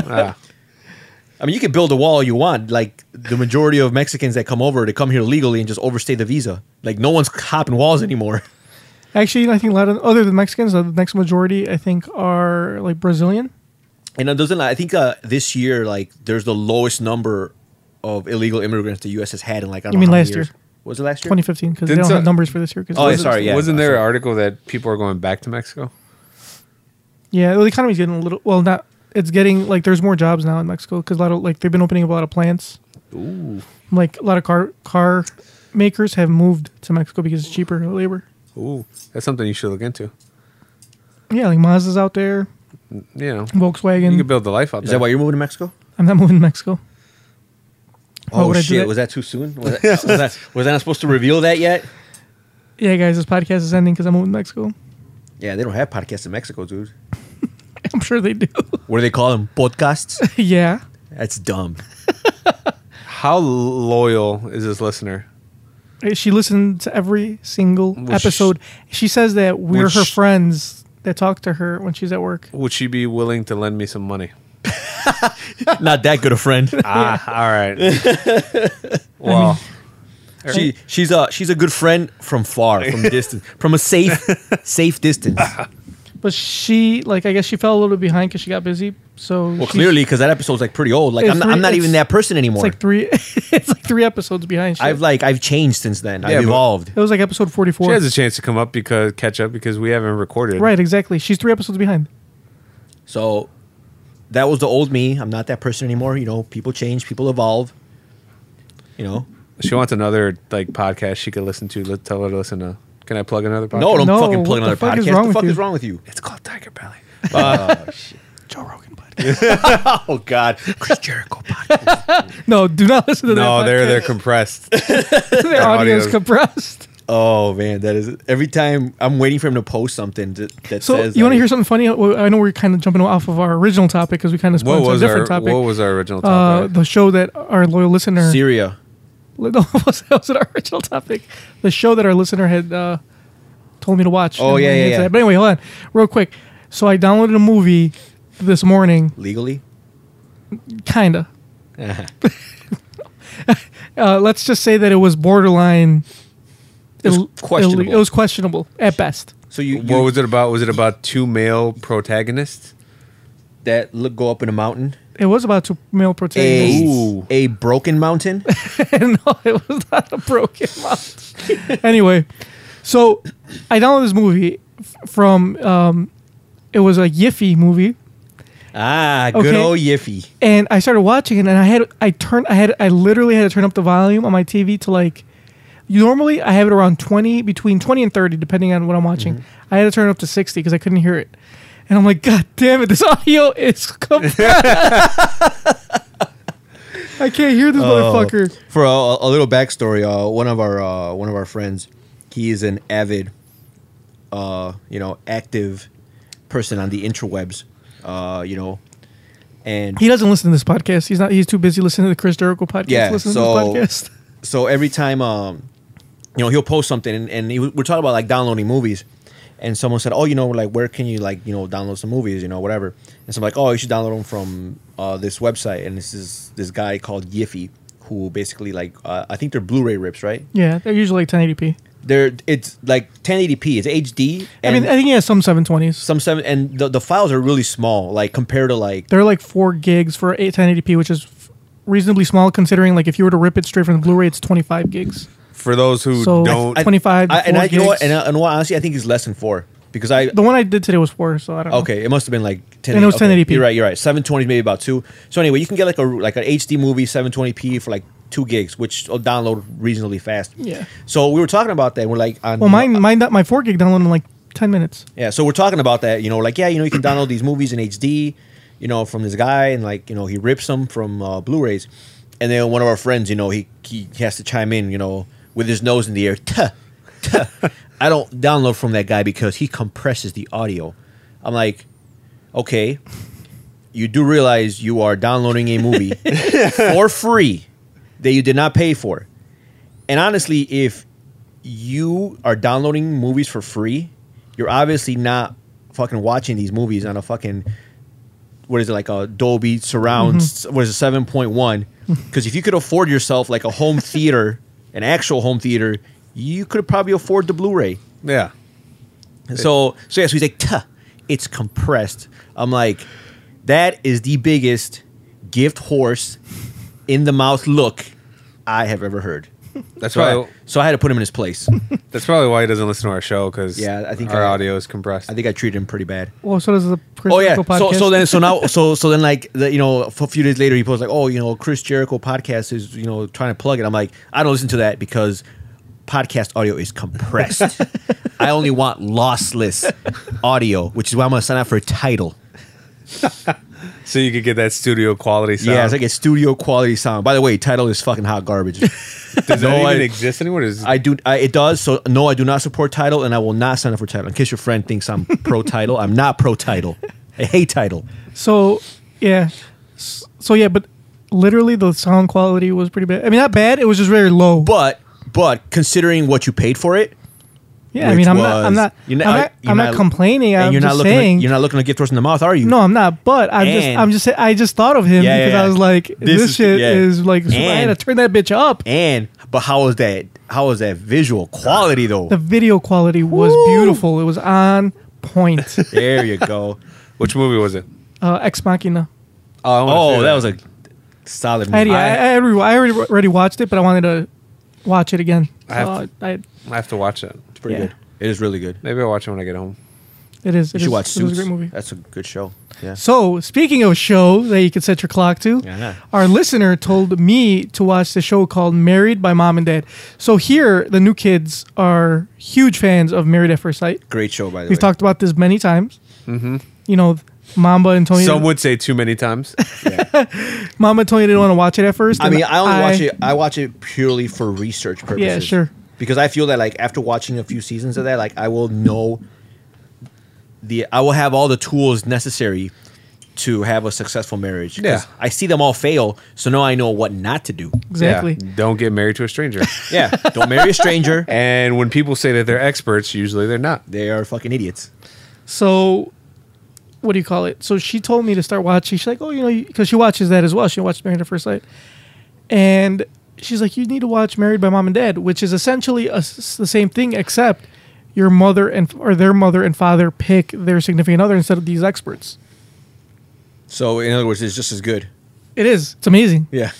I mean, you can build a wall you want. Like the majority of Mexicans that come over, they come here legally and just overstay the visa. Like no one's hopping walls anymore. Actually, I think a lot of other than Mexicans, the next majority I think are like Brazilian. And it doesn't. I think uh, this year, like, there's the lowest number of illegal immigrants the U.S. has had in like I don't You mean know how many last year? years. Was it last year? 2015 because they Didn't don't so- have numbers for this year. 'cause it Oh, yeah, was- sorry, yeah. Wasn't there an article that people are going back to Mexico? Yeah, the economy's getting a little well. Not it's getting like there's more jobs now in Mexico because a lot of like they've been opening up a lot of plants. Ooh. Like a lot of car car makers have moved to Mexico because it's cheaper labor. Ooh, that's something you should look into. Yeah, like Mazda's out there, You know, Mm-hmm. Volkswagen. you can build the life out Is there. that why you're moving to Mexico? I'm not moving to Mexico. Why Oh would I do shit! that? Was that too soon? Was, that, was, that, was I not supposed to reveal that yet? Yeah, guys, this podcast is ending because I'm moving to Mexico. Yeah, they don't have podcasts in Mexico, dude. I'm sure they do. What do they call them? Podcasts? yeah, That's dumb. How loyal is this listener? she listened to every single Which- episode. She says that we're her which- friends that talk to her when she's at work. Would she be willing to lend me some money? Not that good a friend. Ah, all right. well, She she's a she's a good friend from far, from distance, from a safe safe distance. But she, like, I guess she fell a little bit behind because she got busy. So Well, she's- clearly because that episode's like pretty old. Like It's I'm not, re- I'm not it's- even that person It's anymore. like three. it's like three episodes behind. Shit. I've like I've changed since then. Yeah, I've but- evolved. it was like episode she forty-four. has a chance to come up because catch up because we haven't recorded. right, exactly. She's three episodes behind. So that was the old me. I'm not that person anymore. You know, people change, people evolve. You know, She wants another like podcast she could listen to. Let tell her to listen to. Can I plug another podcast? no, don't No, fucking what plug the another fuck podcast. is The wrong with fuck you? is wrong with you? It's called Tiger Belly. Joe Rogan podcast. Oh God, Chris Jericho podcast. no, do not listen to that. No, they're podcast. they're compressed. their audio's audios. compressed. Oh man, that is every time I'm waiting for him to post something that, that So says. you want to like- hear something funny? Well, I know we're kind of jumping off of our original topic because we kind of spun What into a was our different topic. What was our original uh, topic? the show that our loyal listener Syria? No, that was- that was our original topic. The show that our listener had uh, told me to watch. Oh, And yeah, we'll get yeah, to yeah. that. But anyway, hold on, real quick. So I downloaded a movie this morning, legally? kinda. uh, let's just say that it was borderline. It was questionable. It, was questionable at best. So you, you what was it about? Was it about two male protagonists? that look go up in a mountain? It was about two male protagonists. A Ooh. a broken mountain? no, it was not a broken mouth. anyway, so I downloaded this movie f- from. Um, it was a Yiffy movie. ah, good Okay. old Yiffy. and I started watching it, and I had I turned I had I literally had to turn up the volume on my TV to like. Normally, I have it around twenty, between twenty and thirty, depending on what I'm watching. Mm-hmm. I had to turn it up to sixty because I couldn't hear it, and I'm like, God damn it, this audio is. Comp-. I can't hear this Oh. motherfucker. For a, a little backstory, uh, one of our uh, one of our friends, he is an avid, uh, you know, active person on the interwebs, uh, you know, and He doesn't listen to this podcast. He's not. He's too busy listening to the Chris Jericho podcast. yeah, listening so to this podcast. so every time, um, you know, he'll post something, and, and he, we're talking about like downloading movies, and someone said, oh, you know, like where can you like you know download some movies, you know, whatever, and so I'm like, oh, you should download them from uh, this website, and this is this guy called Yiffy. Who basically like uh, I think they're Blu-ray rips, right? Yeah, they're usually like 1080p. there it's like 1080p it's hd I and mean, I think he has some 720s. some seven and the, the files are really small like compared to like They're like four gigs for 8 1080p, which is f- reasonably small considering like if you were to rip it straight from the Blu-ray, it's 25 gigs. For those who So- don't, I- 25 to I, and four i you know what gigs. and, uh, I- and what honestly i think it's less than four because i The one I did today was four, so I don't. know. okay it must have been like 10 And it was okay, 1080p. you're right you're right 720 is maybe about two so anyway you can get like a like an hd movie 720p for like two gigs which will download reasonably fast Yeah. so we were talking about that and we're like on Well, mine, mine, my four gig download in like 10 minutes. Yeah, so we're talking about that, you know, like yeah, you know, you can download these movies in HD, you know, from this guy, and like you know, he rips them from uh, Blu-rays, and then one of our friends, you know, he he has to chime in, you know, with his nose in the air. Tuh, tuh. I don't download from that guy because he compresses the audio. I'm like, okay, you do realize you are downloading a movie for free that you did not pay for. And honestly, if you are downloading movies for free, you're obviously not fucking watching these movies on a fucking what is it like a Dolby surround? What is it seven point one? Because if you could afford yourself like a home theater, an actual home theater, you could probably afford the Blu-ray. yeah, So so yeah, so he's like, "Tuh, it's compressed. I'm like, that is the biggest gift horse in the mouth look I have ever heard. that's So, probably I, so I had to put him in his place. that's probably why he doesn't listen to our show because Yeah, I think our I- audio is compressed. I think I treated him pretty bad. Well, so does the Chris Oh yeah. Jericho So podcast. so then so now so so then like the, you know a few days later he posts like oh you know Chris Jericho podcast is you know trying to plug it. I'm like I don't listen to that because podcast audio is compressed. I only want lossless audio, which is why I'm gonna sign up for a title. so you could get that studio quality sound. Yeah, it's like a studio quality sound. By the way, title is fucking hot garbage. does that no, even I- exist anywhere? Is, I do. I, it does. So no, I do not support title, and I will not sign up for title. In case your friend thinks I'm pro title, I'm not pro title. I hate title. So yeah, S- so yeah, but literally the sound quality was pretty bad. I mean, not bad. It was just very low. But but considering what you paid for it, yeah, I which mean, I'm was- not, I'm not, you're I'm not, you're I'm not, complaining. and I'm you're just not looking. a- saying. you're not looking a gift horse in the mouth, are you? no, I'm not. But I'm just, And- I'm just, I just thought of him Yeah, yeah, because I yeah. was like, This this, is- shit yeah. is like, so I And- had to turn that bitch up. And but how is that? How is that visual quality though? The video quality was beautiful. It was on point. there you go. which movie was it? uh, Ex Machina. Oh, I wanna oh, see that. was a solid. I, already- movie. I, I, already- I already, already watched it, but I wanted to watch it again. I have So I, I, I have to watch it. It's pretty yeah. good. It is really good. Maybe I'll watch it when I get home. it is. It You should is- watch It was Suits. a great movie. That's a good show. Yeah. So, speaking of show that you could set your clock to, Yeah. our listener told me to watch the show called Married by Mom and Dad. So, here, the new kids are huge fans of Married at First Sight. Great show by the way. We've talked about this many times. Mm-hmm. You know, Mamba and Tony. Some would say too many times. Mamba and Tony didn't want to watch it at first. I and mean, I only watch it. I watch it purely for research purposes. sure. Because I feel that like after watching a few seasons of that, like I will know the I will have all the tools necessary to have a successful marriage. 'Cause Yeah. I see them all fail, so now I know what not to do. Exactly. Yeah, don't get married to a stranger. Yeah, don't marry a stranger. and when people say that they're experts, usually they're not. They are fucking idiots. So, what do you call it? So she told me to start watching. She's like, oh, you know, because she watches that as well. She watched Married at First Sight, and she's like, you need to watch Married by Mom and Dad, which is essentially a s the same thing, except your mother and or their mother and father pick their significant other instead of these experts. So in other words, it's just as good. It is. It's amazing. Yeah.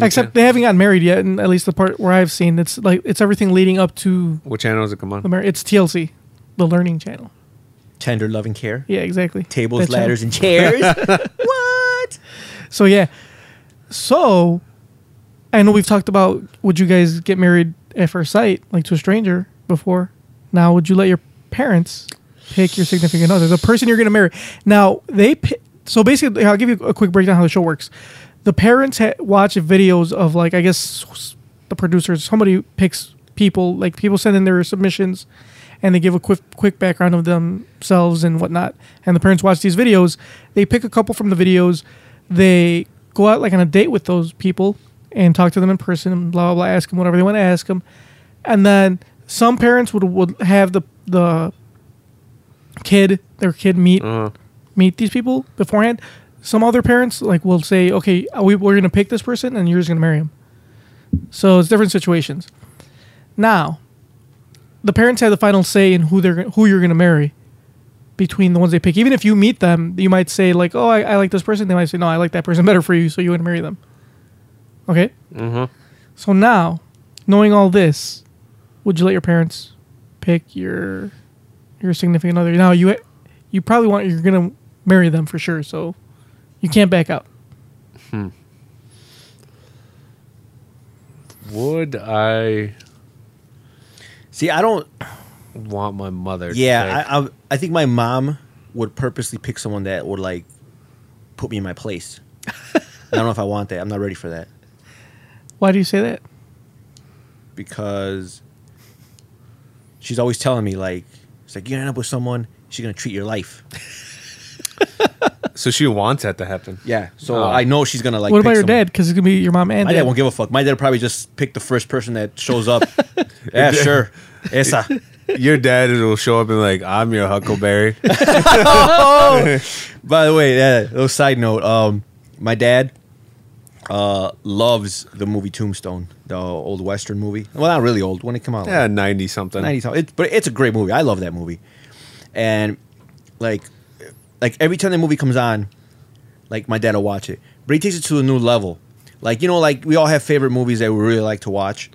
Except they haven't gotten married yet, and at least the part where I've seen, it's like it's everything leading up to What channel does it come the on? marriage. It's TLC, the Learning Channel. Tender loving care. Yeah, exactly. Tables, That channel. ladders, and chairs. what? So yeah. So I know we've talked about would you guys get married at first sight, like to a stranger before. Now would you let your parents pick your significant other, the person you're gonna marry? Now they pi- so basically I'll give you a quick breakdown how the show works. the parents ha- watch videos of like I guess the producers somebody picks people like people send in their submissions and they give a quick quick background of themselves and whatnot and the parents watch these videos they pick a couple from the videos they go out like on a date with those people and talk to them in person and blah blah blah ask them whatever they want to ask them and then some parents would would have the the kid their kid meet meet these people beforehand. Some other parents like will say, "Okay, we, we're going to pick this person, and you're just going to marry him." So it's different situations. Now, the parents have the final say in who they're who you're going to marry between the ones they pick. Even if you meet them, you might say like, "Oh, I, I like this person." They might say, "No, I like that person better for you," so you want to marry them. Okay. Mm-hmm. So now, knowing all this, would you let your parents pick your your significant other? Now you you probably want you're gonna marry them for sure, so you can't back out. Would I See, I don't. want my mother? to Yeah, pick- I, I I think my mom would purposely pick someone that would like put me in my place. I don't know if I want that. I'm not ready for that Why do you say that? because she's always telling me like it's like you end up with someone she's gonna treat your life. so she wants that to happen. Yeah, so Oh. I know she's gonna like. what pick about your someone. dad? Because it's gonna be your mom and My dad. dad won't give a fuck. My dad would probably just pick the first person that shows up. yeah, sure. Esa. Your dad will show up and like, I'm your Huckleberry. By the way, yeah, little side note. Um, my dad uh, loves the movie Tombstone, the old Western movie. Well, not really old. When it came out, yeah, ninety something. ninety something. It, but it's a great movie. I love that movie. And like, like every time the movie comes on, like my dad will watch it. But he takes it to a new level. Like you know, like we all have favorite movies that we really like to watch.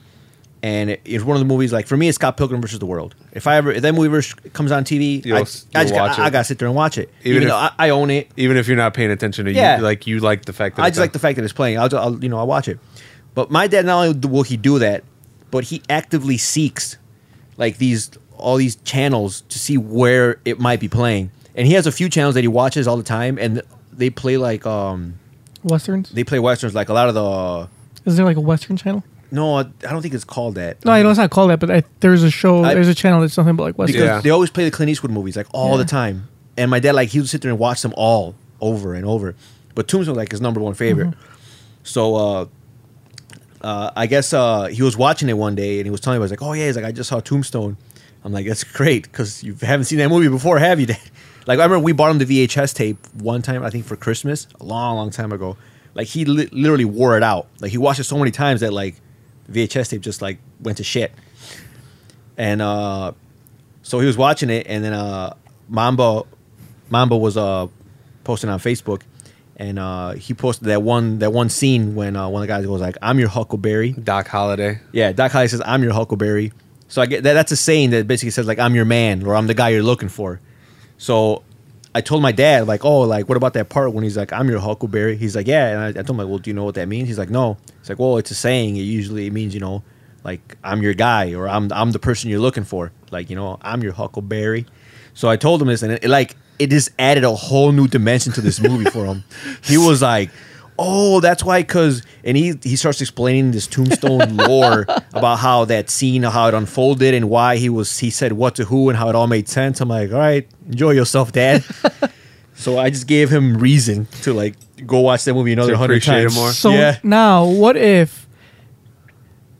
And it- it's one of the movies. Like for me, it's Scott Pilgrim versus the World. If I ever if that movie ever sh- comes on TV, You'll I, s- I you'll just watch got, it. I, I gotta sit there and watch it, Even even, if- though I, I own it. Even if you're not paying attention to Yeah. you, like you like the fact that I it's just like the on. fact that it's playing. I'll, I'll you know I'll watch it. But my dad not only will he do that, but he actively seeks like these all these channels to see where it might be playing. And he has a few channels that he watches all the time, and they play like um Westerns. they play westerns like a lot of the. Is there like a Western channel? No, I don't think it's called that. No, I know it's not called that, but I, there's a show. I- there's a channel that's nothing but like Western. because Yeah. they always play the Clint Eastwood movies like all the time. And my dad like he would sit there and watch them all over and over. But Tombstone like his number one favorite. So uh, uh, I guess uh, he was watching it one day and he was telling me I was like, oh yeah, he's like I just saw Tombstone. I'm like that's great because you haven't seen that movie before, have you? Dad? Like I remember we bought him the VHS tape one time I think for Christmas a long long time ago. Like he li- literally wore it out. Like he watched it so many times that like VHS tape just like went to shit. And uh, so he was watching it, and then uh, Mamba, Mamba was uh, posting on Facebook, and uh, he posted that one that one scene when uh, one of the guys was like, "I'm your Huckleberry." Doc Holiday. Yeah, Doc Holly says, "I'm your Huckleberry." So I get that, that's a saying that basically says like, "I'm your man" or "I'm the guy you're looking for." So I told my dad like, "Oh, like what about that part when he's like, "I'm your Huckleberry"? He's like, "Yeah," and I, I told him like, "Well, do you know what that means?" He's like, "No." It's like, "Well, it's a saying. It usually means you know." Like I'm your guy, or I'm I'm the person you're looking for. Like you know, I'm your Huckleberry. So I told him this, and it, it, like it just added a whole new dimension to this movie for him. He was like, "Oh, that's why." Because and he he starts explaining this tombstone lore about how that scene, how it unfolded, and why he was he said what to who, and how it all made sense. I'm like, "All right, enjoy yourself, Dad." so I just gave him reason to like go watch that movie another To hundred appreciate it times more. So yeah. now, what if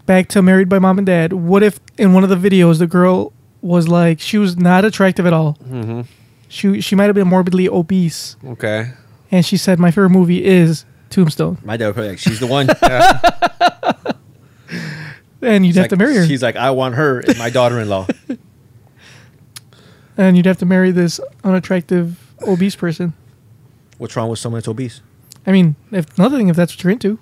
back to married by mom and dad? What if in one of the videos the girl was like she was not attractive at all. Mm-hmm. She she might have been morbidly obese, Okay. and she said my favorite movie is Tombstone, My dad was probably like, "She's the one." and you'd He's have like, to marry her, He's like, "I want her and my daughter-in-law." and you'd have to marry this unattractive obese person. What's wrong with someone that's obese? I mean, if nothing, if that's what you're into,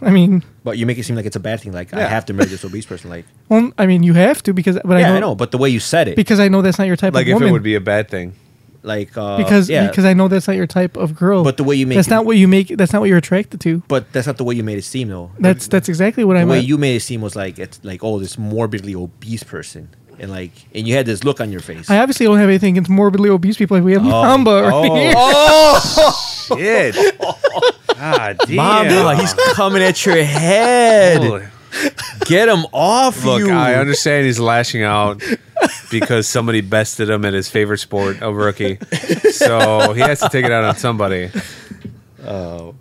I mean, But you make it seem like it's a bad thing. Like I Yeah. have to marry this obese person. Like well, I mean you have to because, but yeah, I, know, I know. But the way you said it, because I know that's not your type Like of if woman. it would be a bad thing. like uh, because yeah, because I know that's not your type of girl. But the way you make that's it- not what you make. That's not what you're attracted to. but that's not the way you made it seem though. That's that's exactly what the I way meant. you made it seem was like it's like oh this morbidly obese person and like and you had this look on your face. I obviously don't have anything Oh. against morbidly obese people. Like we have Mamba right Oh. here. Shit. God damn. Mom, dog, he's coming at your head. Holy- Get him off Look, you. I understand he's lashing out because somebody bested him at his favorite sport, a rookie. So he has to take it out on somebody. I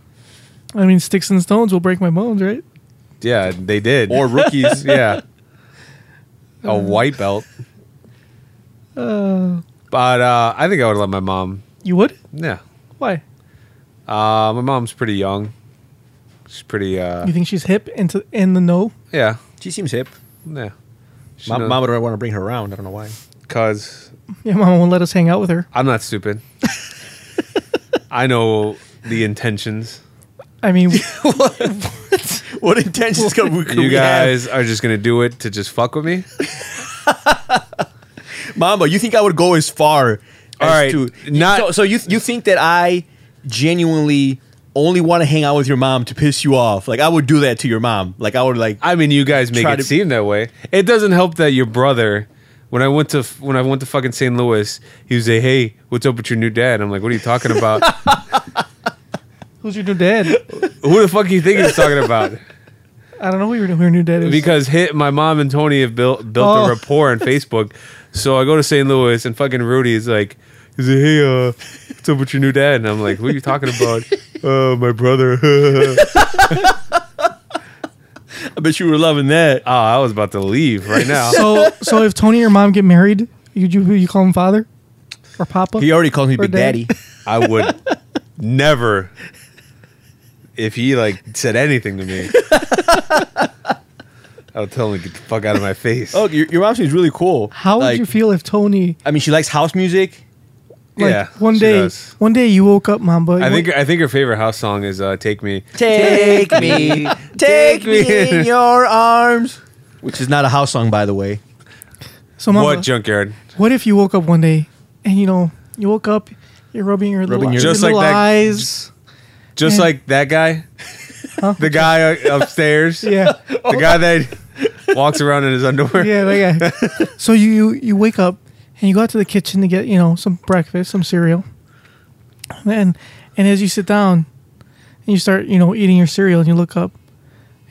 mean, sticks and stones will break my bones, right? Yeah, they did. Or rookies. yeah. A white belt. But uh, I think I would let my mom. You would? Yeah. Why? Uh, my mom's pretty young. She's pretty. Uh, You think she's hip into in the know? yeah. She seems hip. Yeah. She My knows- mom would want to bring her around. I don't know why. Cause Your mama won't let us hang out with her. I'm not stupid. I know the intentions. I mean, What intentions could we, could you we have? guys are just gonna do it to just fuck with me. Mama, you think I would go as far? All All right, right, not- so, so you you think that I genuinely only want to hang out with your mom to piss you off? Like I would do that to your mom. Like I would like I mean, you guys make Try it to- seem that way. It doesn't help that your brother. When I went to when I went to fucking St. Louis, he was like, "Hey, what's up with your new dad?" I'm like, "What are you talking about? who's your new dad? Who the fuck you think he's talking about?" I don't know who your, who your new dad is. Because hit my mom and Tony have built built Oh. a rapport on Facebook. So I go to St. Louis and fucking Rudy is like, he's like, "Hey, uh, what's up with your new dad?" And I'm like, "What are you talking about?" uh, my brother. I bet you were loving that. Oh, I was about to leave right now. so so if Tony or mom get married, you you, you call him father or papa? He already calls me Or Big dad. Daddy. I would never, if he like said anything to me, I would tell him to get the fuck out of my face. oh, your, your mom seems really cool. How would Like, you feel if Tony I mean, she likes house music. like yeah, one she day does. one day you woke up, mom, but I think I think her favorite house song is uh, "Take Me." Take me, take me in your arms. Which is not a house song, by the way. so mama, What junkyard? What if you woke up one day and you know you woke up, you're rubbing your Rubbing little, your your- Just like little that- eyes. Just Yeah. like that guy, the guy uh, upstairs, yeah, the guy that walks around in his underwear. yeah, that guy. so you, you you wake up and you go out to the kitchen to get you know some breakfast, some cereal, and and as you sit down and you start you know eating your cereal and you look up,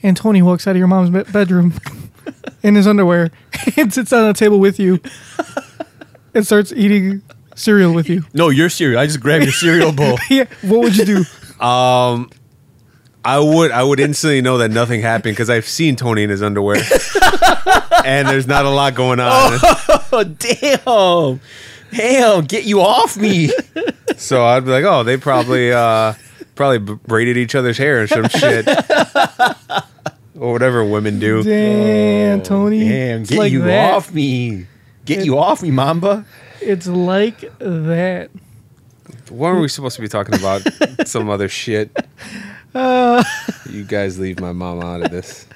and Tony walks out of your mom's be- bedroom in his underwear and sits down at a table with you and starts eating cereal with you. No, your cereal. I just grabbed your cereal bowl. Yeah, what would you do? I would I would instantly know that nothing happened because I've seen Tony in his underwear, and there's not a lot going on. Oh, damn. Damn, get you off me. So I'd be like, oh, they probably uh, probably b- braided each other's hair or some shit, or whatever women do. Damn, Tony. Damn, it's get like you that. off me. Get you off me, Mamba. It's like that. What are we supposed to be talking about? some other shit. Uh. you guys leave my mom out of this.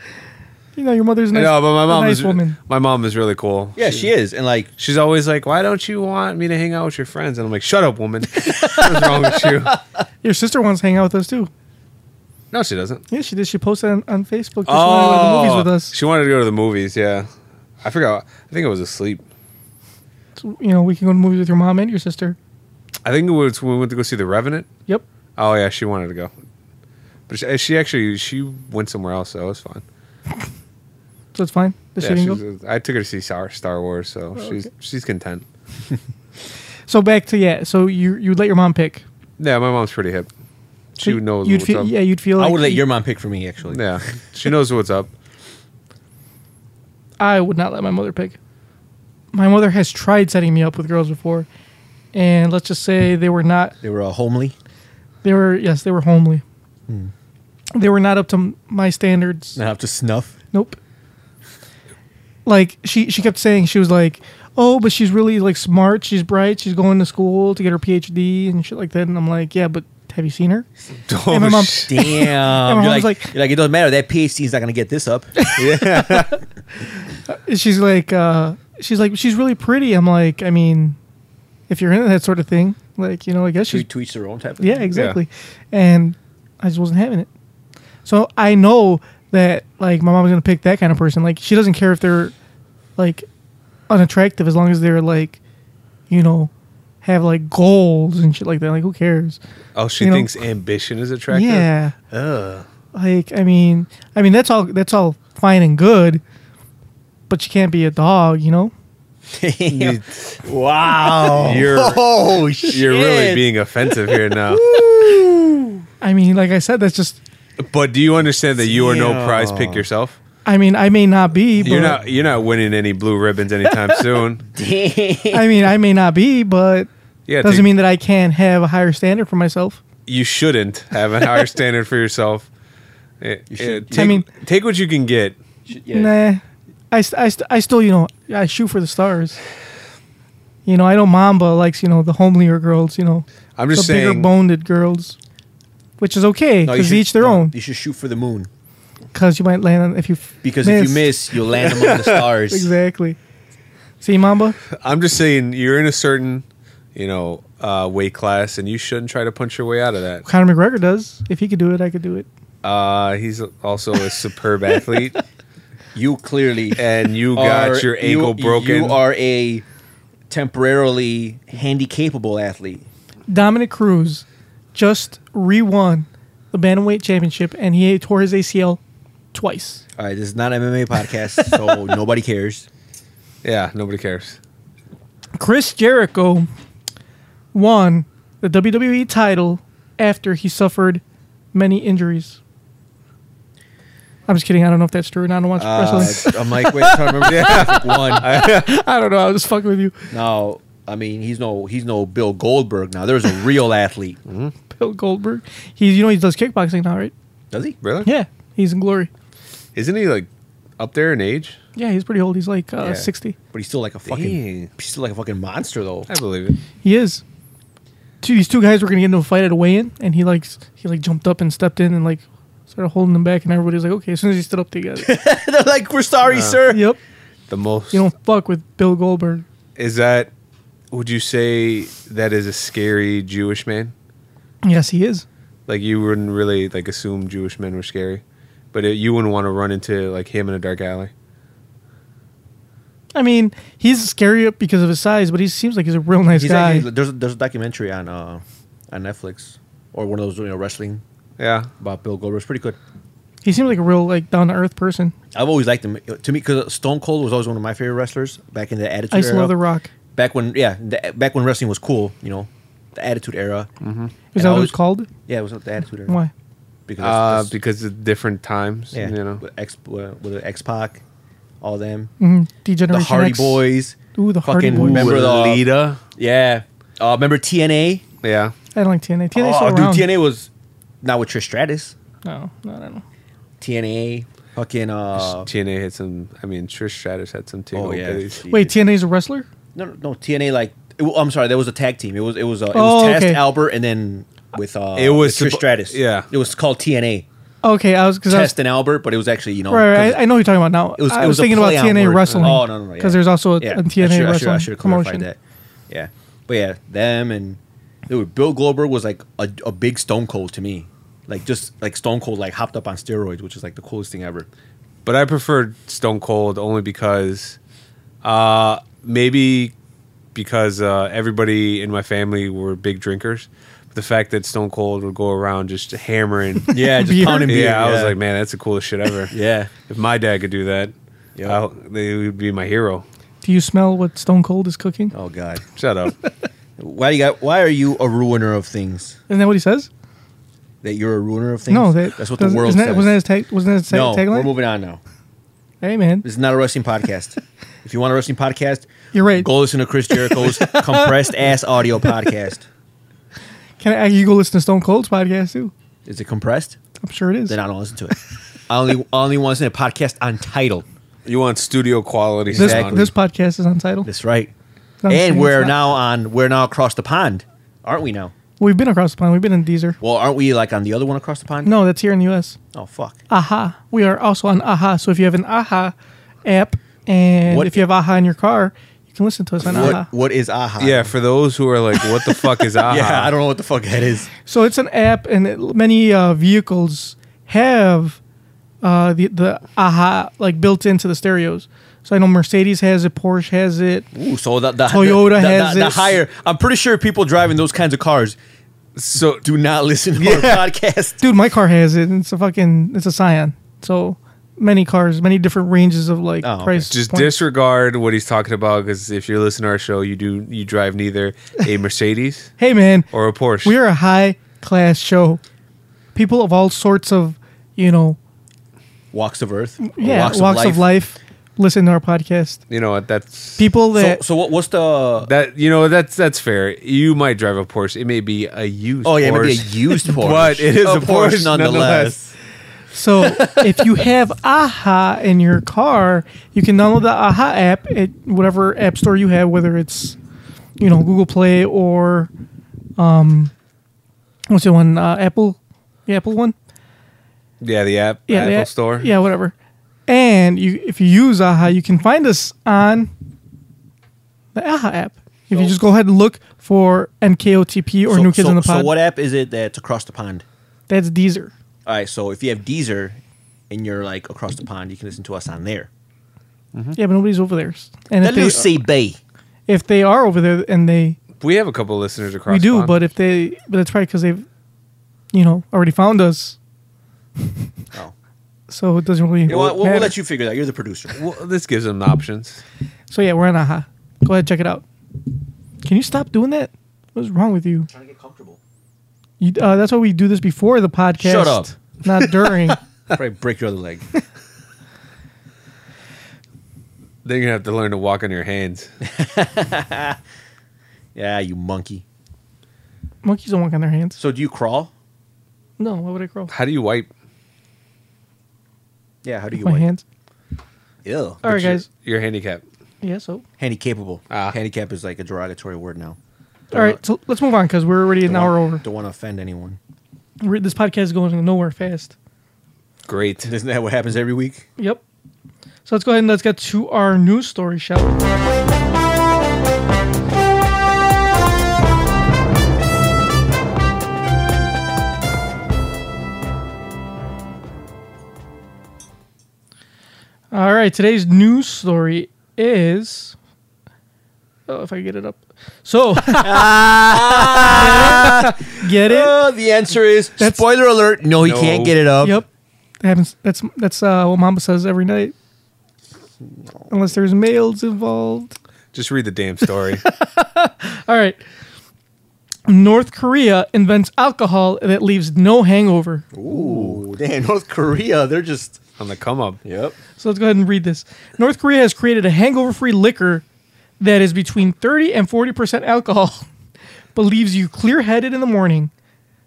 You know, your mother's nice. no, but my a mom nice is woman. my mom is really cool. Yeah, she is. And like, She's always like, "Why don't you want me to hang out with your friends?" And I'm like, "Shut up, woman! What's wrong with you?" Your sister wants to hang out with us too. No, she doesn't. Yeah, she did. She posted on, on Facebook. That she wanted to Oh. go to the movies with us. She wanted to go to the movies. Yeah, I forgot. I think I was asleep. So, you know, we can go to movies with your mom and your sister. I think it was when we went to go see The Revenant. Yep. Oh yeah, she wanted to go, but she, she actually she went somewhere else, so it was fine. So it's fine. The Yeah, shooting Oh, she go. was- I took her to see Star, Star Wars, so she's she's content. So back to yeah. So you you let your mom pick. Yeah, my mom's pretty hip. She So knows You'd what's feel up. yeah. You'd feel. I like would let you- your mom pick for me, actually. Yeah, she knows what's up. I would not let my mother pick. My mother has tried setting me up with girls before, and let's just say they were not They were uh, homely. They were yes, they were homely. They were not up to m- my standards. Not up to snuff. Nope. Like she she kept saying she was like, "Oh, but she's really like smart, she's bright, she's going to school to get her PhD and shit like that." And I'm like, "Yeah, but have you seen her?" Oh, and my mom, shit. Damn. my you're, mom's like, like- you're like, it doesn't matter. That PhD's not going to get this up. she's like, uh, she's like, she's really pretty. I'm like, I mean, if you're into that sort of thing, like, you know, I guess to, she's to each their own type of Yeah, exactly. And I just wasn't having it. So I know that like my mom's gonna pick that kind of person. Like she doesn't care if they're like unattractive as long as they're like, you know, have like goals and shit like that. Like, who cares? Oh, she You know- thinks ambition is attractive. Yeah. Like, I mean, I mean, that's all. That's all fine and good, but you can't be a dog, you know. You- Wow. You're oh shit. you're really being offensive here now. I mean, like I said, that's just. but do you understand that you are no prize pick Damn. yourself? I mean, I may not be, but You're not you're not winning any blue ribbons anytime soon. I mean, I may not be, but Yeah, doesn't take- mean that I can't have a higher standard for myself. you shouldn't have a higher standard for yourself. Eh, eh, should- take, I mean- take what you can get. Yeah. Nah, I, st- I, st- I still, you know, I shoot for the stars. You know, I know Mamba likes, you know, the homelier girls, you know, I'm just the bigger saying. boned girls, which is okay No, because should- each their no, own. You should shoot for the moon Because you might land on if you f- because if you miss, you'll land among the stars. exactly. See, Mamba, I'm just saying you're in a certain, you know, uh, weight class, and you shouldn't try to punch your way out of that. Conor McGregor does. If he could do it, I could do it. Uh, he's also a superb athlete, You clearly and you are- got your ankle you- broken. You are a temporarily handicapable athlete. Dominic Cruz just re-won the bantamweight championship, and he tore his ACL twice. All right, this is not an MMA podcast, so nobody cares. yeah, nobody cares. Chris Jericho won the WWE title after he suffered many injuries. I'm just kidding. I don't know if that's true. And I don't watch Uh, wrestling. I'm like, wait, I'm trying to remember. One. I don't know. I was just fucking with you, No, I mean he's no he's no Bill Goldberg now. There's a real athlete. Bill Goldberg. He's you know he does kickboxing now, right? Does he? Really? Yeah, he's in Glory. Isn't he like up there in age? Yeah, he's pretty old. He's like uh, Yeah. 60. But he's still like a fucking Dang. he's still like a fucking monster though. I believe it. He is. Two, these two guys were gonna get into a fight at a weigh-in, and he like s- he like jumped up and stepped in and like started holding them back, and everybody was like, okay. As soon as he stood up, they got it. They're like, we're sorry, sir. yep. The most You don't fuck with Bill Goldberg. is that. Would you say that is a scary Jewish man? Yes, he is. Like you wouldn't really like assume Jewish men were scary, but it, you wouldn't want to run into like him in a dark alley. I mean, he's scary because of his size, but he seems like he's a real nice He's guy. actually, there's there's a documentary on uh on Netflix or one of those you know wrestling Yeah, about Bill Goldberg. It's pretty good. he seems like a real like down to earth person. I've always liked him. To me, because Stone Cold was always one of my favorite wrestlers back in the Attitude I used to era. love The Rock. Back when, yeah, the, back when wrestling was cool, you know, the Attitude era. Mm-hmm. Is that what it was called? Yeah, it was the Attitude era. Why? Because, uh, that's- because of different times. yeah, you know, with X uh, with the X Pac, all them, Mm, the Degeneration Hardy X. Boys. Ooh, the Hardy fucking Boys. Remember uh, the Lita? Yeah, uh, remember TNA? Yeah, I don't like TNA. TNA oh, so dude, around. TNA was not with Trish Stratus. No, no, no, no. TNA, fucking uh, TNA had some. I mean, Trish Stratus had some too. oh yeah. Wait, TNA's a wrestler? No, no, no, TNA like it, wa- I'm sorry, that was a tag team. It was it was uh, it Oh, was Test okay. Albert and then with uh It was with Trish suppo- Stratus. yeah. it was called TNA Oh, Okay, I was because I was Test and Albert, but it was actually you know right. right, 'cause I, I know who you're talking about now. it was I it was, a thinking about play on TNA words. wrestling. Oh no no no yeah. because there's also a, yeah. a TNA I should, wrestling I should, have promotion. clarified that. Yeah, but yeah, them and they were, Bill Goldberg was like a, a big Stone Cold to me. Like just like Stone Cold like hopped up on steroids, which is like the coolest thing ever. but I preferred Stone Cold only because, uh, maybe because uh, everybody in my family were big drinkers. The fact that Stone Cold would go around just hammering. Yeah, just Beer. pounding yeah, I was like, man, that's the coolest shit ever. yeah. If my dad could do that, Yeah. yeah, they would be my hero. Do you smell what Stone Cold is cooking? Oh God, Shut up. why you got? Why are you a ruiner of things? Isn't that what he says? That you're a ruiner of things. no, that, that's what the doesn't- world isn't that, says. Wasn't that his tag? Wasn't that his tag- no, we're tagline? moving on now. Hey man, This is not a wrestling podcast. if you want a wrestling podcast, You're right. Go listen to Chris Jericho's compressed ass audio podcast. can I, you go listen to Stone Cold's podcast too? Is it compressed? I'm sure it is. Then I don't listen to it. I only I only want to listen to a podcast on title. you want studio quality This, sound. Uh, this podcast is on title. That's right. I'm saying and we're it's not- now on we're now across the pond, aren't we now? We've been across the pond. We've been in Deezer. Well, aren't we like on the other one across the pond? No, that's here in the U.S. Oh fuck. Aha. We are also on Aha. So if you have an Aha app and What- if you have Aha in your car, you can listen to us on Aha. What what is aha? yeah, for those who are like, what the fuck is aha? Yeah, I don't know what the fuck that is. So it's an app, and it, many uh, vehicles have uh, the the aha like built into the stereos. So I know Mercedes has it, Porsche has it. Ooh, so the, the Toyota the, the- has the, the this. higher. I'm pretty sure people driving those kinds of cars So do not listen to our podcast. Dude, my car has it, and it's a fucking it's a Scion. So many cars, many different ranges of like Oh, okay. price. just points. disregard what he's talking about because if you're listening to our show, you do you drive neither a Mercedes Hey man, or a Porsche. we are a high class show. People of all sorts of you know Walks of Earth. or yeah walks, of, life. listen to our podcast. you know what? That's People So, that so what, what's the? oh, that you know that's that's fair. You might drive a Porsche. It may be a used. Oh yeah, Porsche. maybe a used Porsche, But it is a Porsche nonetheless. So if you have AHA in your car, you can download the AHA app at whatever app store you have, whether it's you know Google Play or um, what's the one uh, Apple, the Apple one, Yeah, the app, yeah, the Apple app- Store. yeah, whatever. And you, if you use AHA, you can find us on the AHA app. If you just go ahead and look for NKOTP or So- New Kids so, on the Pod, So what app is it that's across the pond? that's Deezer. All right, so if you have Deezer and you're like across the pond, you can listen to us on there. Yeah, but nobody's over there. And if Mm-hmm. That they, Lucy Bay. if they are over there and they We have a couple of listeners across. We the do, pond. but if they, but that's right because they've, you know, already found us, Oh. so it doesn't really. You know what? We'll, we'll matter. let you figure that. You're the producer. well, this gives them options. So yeah, we're on Aha. Go ahead, check it out. Can you stop doing that? What's wrong with you? Trying to get comfortable. you uh, that's why we do this before the podcast. Shut up. Not during. Probably break your other leg. They're gonna have to learn to walk on your hands. yeah, you monkey. Monkeys don't walk on their hands. So do you crawl? No, why would I crawl? How do you wipe? Yeah. How do you? My wipe? hands. Ew. All right, You're- guys. You're handicapped. Yeah. So. Handy capable. Ah. Handicap is like a derogatory word now. All right. So let's move on because we're already an Don't hour want- over. Don't want to offend anyone. We're- This podcast is going nowhere fast. Great. Isn't that what happens every week? Yep. So let's go ahead and let's get to our news story, shall we? All right, today's news story is. Oh, if I get it up. So. get it? Uh, the answer is spoiler alert. No, he No. can't get it up. Yep. That happens. That's that's uh, what Mama says every night. Unless there's males involved. Just read the damn story. All right. North Korea invents alcohol that leaves no hangover. Ooh, damn, North Korea. They're just. on the come up. Yep. So let's go ahead and read this. North Korea has created a hangover-free liquor that is between 30 and 40% alcohol, but leaves you clear-headed in the morning.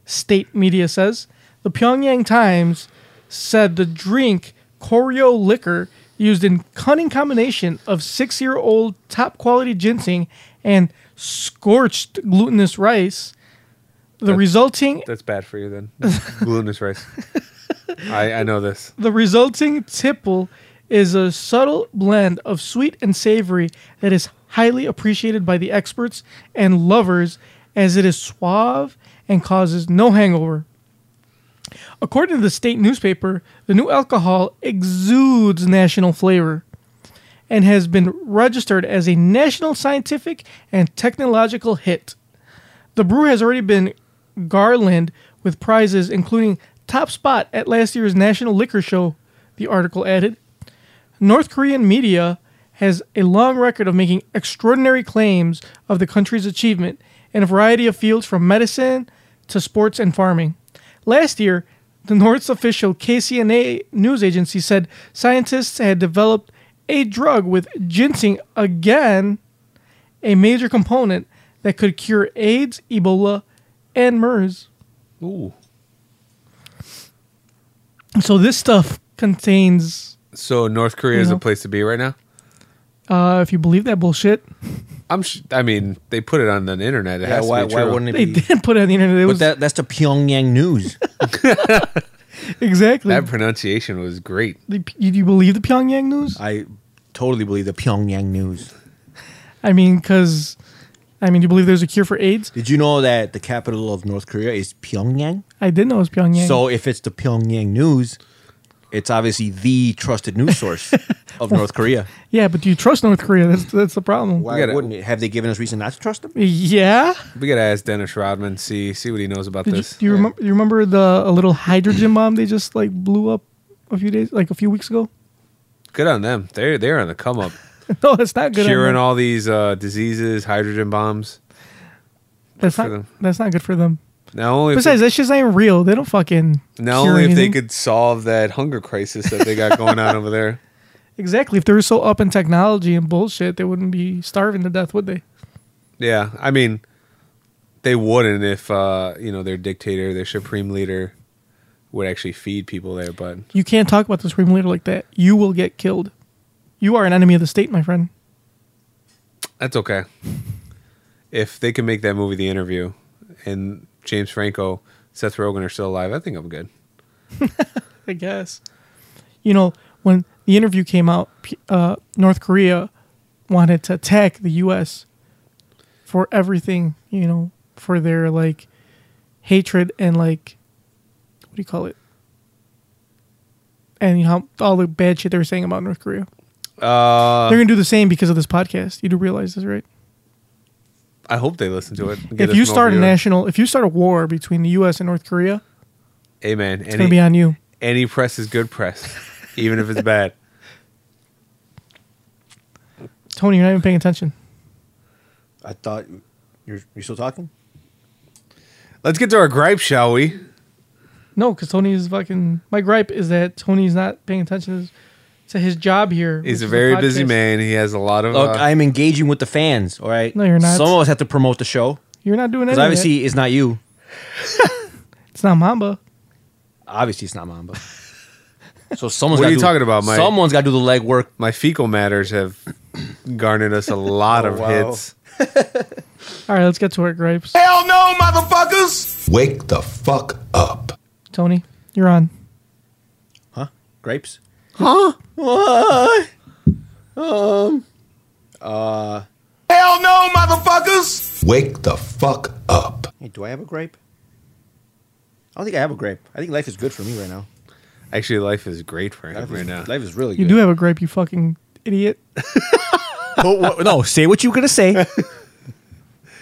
State media says the Pyongyang Times said the drink Koryo liquor used in cunning combination of six-year-old top-quality ginseng and scorched glutinous rice. The resulting That's bad for you then. Glutinous rice. I, I know this. The resulting tipple is a subtle blend of sweet and savory that is highly appreciated by the experts and lovers as it is suave and causes no hangover. According to the state newspaper, the new alcohol exudes national flavor and has been registered as a national scientific and technological hit. The brew has already been garlanded with prizes, including top spot at last year's National Liquor Show, the article added. North Korean media has a long record of making extraordinary claims of the country's achievement in a variety of fields from medicine to sports and farming. Last year, the North's official KCNA news agency said scientists had developed a drug with ginseng again a major component that could cure AIDS, Ebola, and MERS. Ooh. So this stuff contains, So North Korea is You a know. place to be right now. uh, if you believe that bullshit, I'm. Sh- I mean, they put it on the internet. It Yeah, has to why, be why true. wouldn't they it be? didn't put it on the internet. It But was that, that's the Pyongyang news. exactly. that pronunciation was great. the, you, you believe the Pyongyang news? I totally believe the Pyongyang news. I mean, because, I mean, do you believe there's a cure for AIDS? Did you know that the capital of North Korea is Pyongyang? I did know it was Pyongyang. So if it's the Pyongyang news, it's obviously the trusted news source of North Korea. Yeah, but do you trust North Korea? That's that's the problem. Why gotta- wouldn't it? Have they given us reason not to trust them? Yeah. We gotta ask Dennis Rodman. See see what he knows about Did you, this. do you remember? You remember the a little hydrogen bomb they just like blew up a few days, like a few weeks ago? Good on them. They they're on the come up, no, that's not good. on curing them. all these uh, diseases, hydrogen bombs. that's for not them. that's not good for them. Not only if Besides, they, that shit's not even real. They don't fucking. not cure only if they anything. could solve that hunger crisis that they got going on over there. Exactly. If they were so up in technology and bullshit, they wouldn't be starving to death, would they? Yeah, I mean, they wouldn't if uh, you know their dictator, their supreme leader, would actually feed people there. But You can't talk about the Supreme Leader like that. You will get killed. You are an enemy of the state, my friend. that's okay. If they can make that movie, The Interview, and James Franco, Seth Rogen are still alive, I think I'm good. I guess. You know, when the interview came out, P- uh, North Korea wanted to attack the U.S. for everything, you know, for their like hatred and like, what do you call it? And you know, how- all the bad shit they were saying about North Korea. Uh, They're going to do the same because of this podcast. You do realize this, right? I hope they listen to it. and get If us you an start a overview. national, if you start a war between the U.S. and North Korea, hey man, it's going to be on you. any press is good press, even if it's bad. Tony, you're not even paying attention. I thought you're you're still talking. Let's get to our gripe, shall we? No, because Tony is fucking. My gripe is that Tony's not paying attention to his job here. which He's a is very podcast. busy man. He has a lot of. Look, uh, I'm engaging with the fans. All right. No, you're not. Some of us have to promote the show You're not doing because anything. obviously it's not you. it's not Mamba. Obviously it's not Mamba. So someone's. What are gotta you do- talking about, Mike? Someone's got to do the legwork. my fecal matters have garnered us a lot of Oh, wow. hits. All right, let's get to our gripes. Hell no, motherfuckers! Wake the fuck up. Tony, you're on. Huh? Grapes. Um, uh, Hell no, motherfuckers! Wake the fuck up. Hey, do I have a grape? I don't think I have a grape. I think life is good for me right now. Actually, life is great for him Life right is, now. life is really You good. do have a gripe, you fucking idiot. But what- no, say what you were gonna say. That's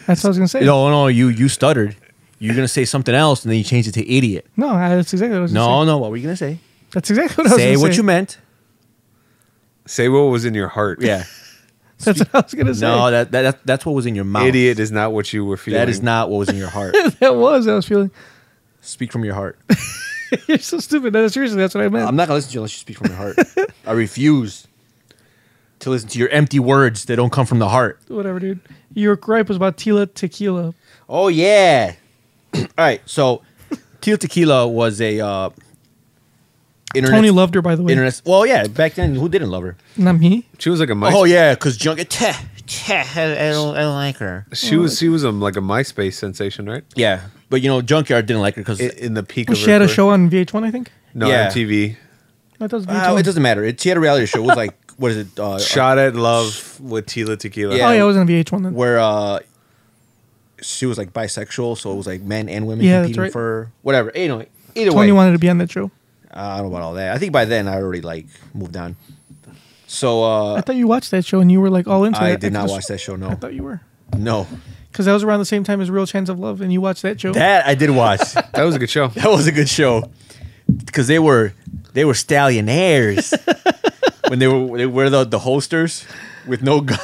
what I was gonna say. No, no, no, you you stuttered. You're gonna say something else, and then you changed it to idiot. I- that's exactly what I was. No, gonna say. no, what were you gonna say? that's exactly what I was. say gonna what say. you meant. Say what was in your heart. That's what I was gonna say. No, that, that that- that's what was in your mouth. Idiot is not what you were feeling. That is not what was in your heart. that was. I was feeling. speak from your heart. You're so stupid. No, seriously, that's what I meant. I'm not gonna listen to you unless you speak from your heart. I refuse to listen to your empty words that don't come from the heart. Whatever, dude. Your gripe was about Tila Tequila. Oh yeah. All right. So, Teal Tequila was a uh, internet. Tony loved her, by the way. internet. Well, yeah. Back then, who didn't love her? Not me. She was like a my. Oh yeah, because Junket. Teh, teh, I, I don't, I don't like her. Oh, She was. She was a, like a MySpace sensation, right? Yeah, but you know, Junkyard didn't like her because In, in the peak of Oh, She had a her- show on VH1, I think. No, Yeah. MTV. That was VH1. uh, it doesn't matter. It, she had a reality show. It was like what is it? Uh, Shot at love with Tila Tequila. Yeah. Oh yeah, it was on VH1 then. where uh, she was like bisexual, so it was like men and women Yeah, that's competing right. for her. whatever. You know, either Tony way, wanted to be on that show. I don't know about all that. I think by then I already like moved on. So uh, I thought you watched that show and you were like all into it. I did not watch that show. I No, thought you were no, because that was around the same time as Real Chance of Love, and you watched that show. that I did watch. That was a good show. That was a good show because they were they were stallionaires when they were they were the, the holsters with no gun.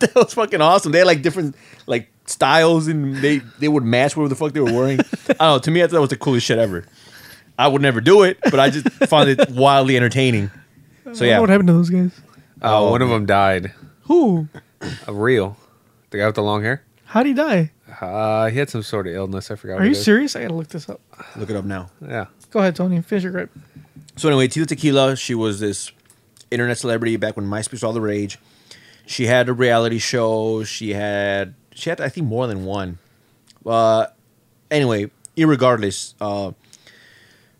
that was fucking awesome. They had like different like styles and they they would match whatever the fuck they were wearing. I don't know. To me, I thought that was the coolest shit ever. I would never do it, but I just found it wildly entertaining. I So don't know what yeah, happened to those guys? Uh, one of them died. Who? A real. The guy with the long hair. How would he die? Uh, he had some sort of illness. I forgot. Are what you it is. serious? I gotta look this up. look it up now. Yeah. Go ahead, Tony. Finish your grip. So anyway, Tila Tequila, she was this internet celebrity back when MySpace was all the rage. She had a reality show. She had she had I think more than one. Uh, anyway, irregardless, uh,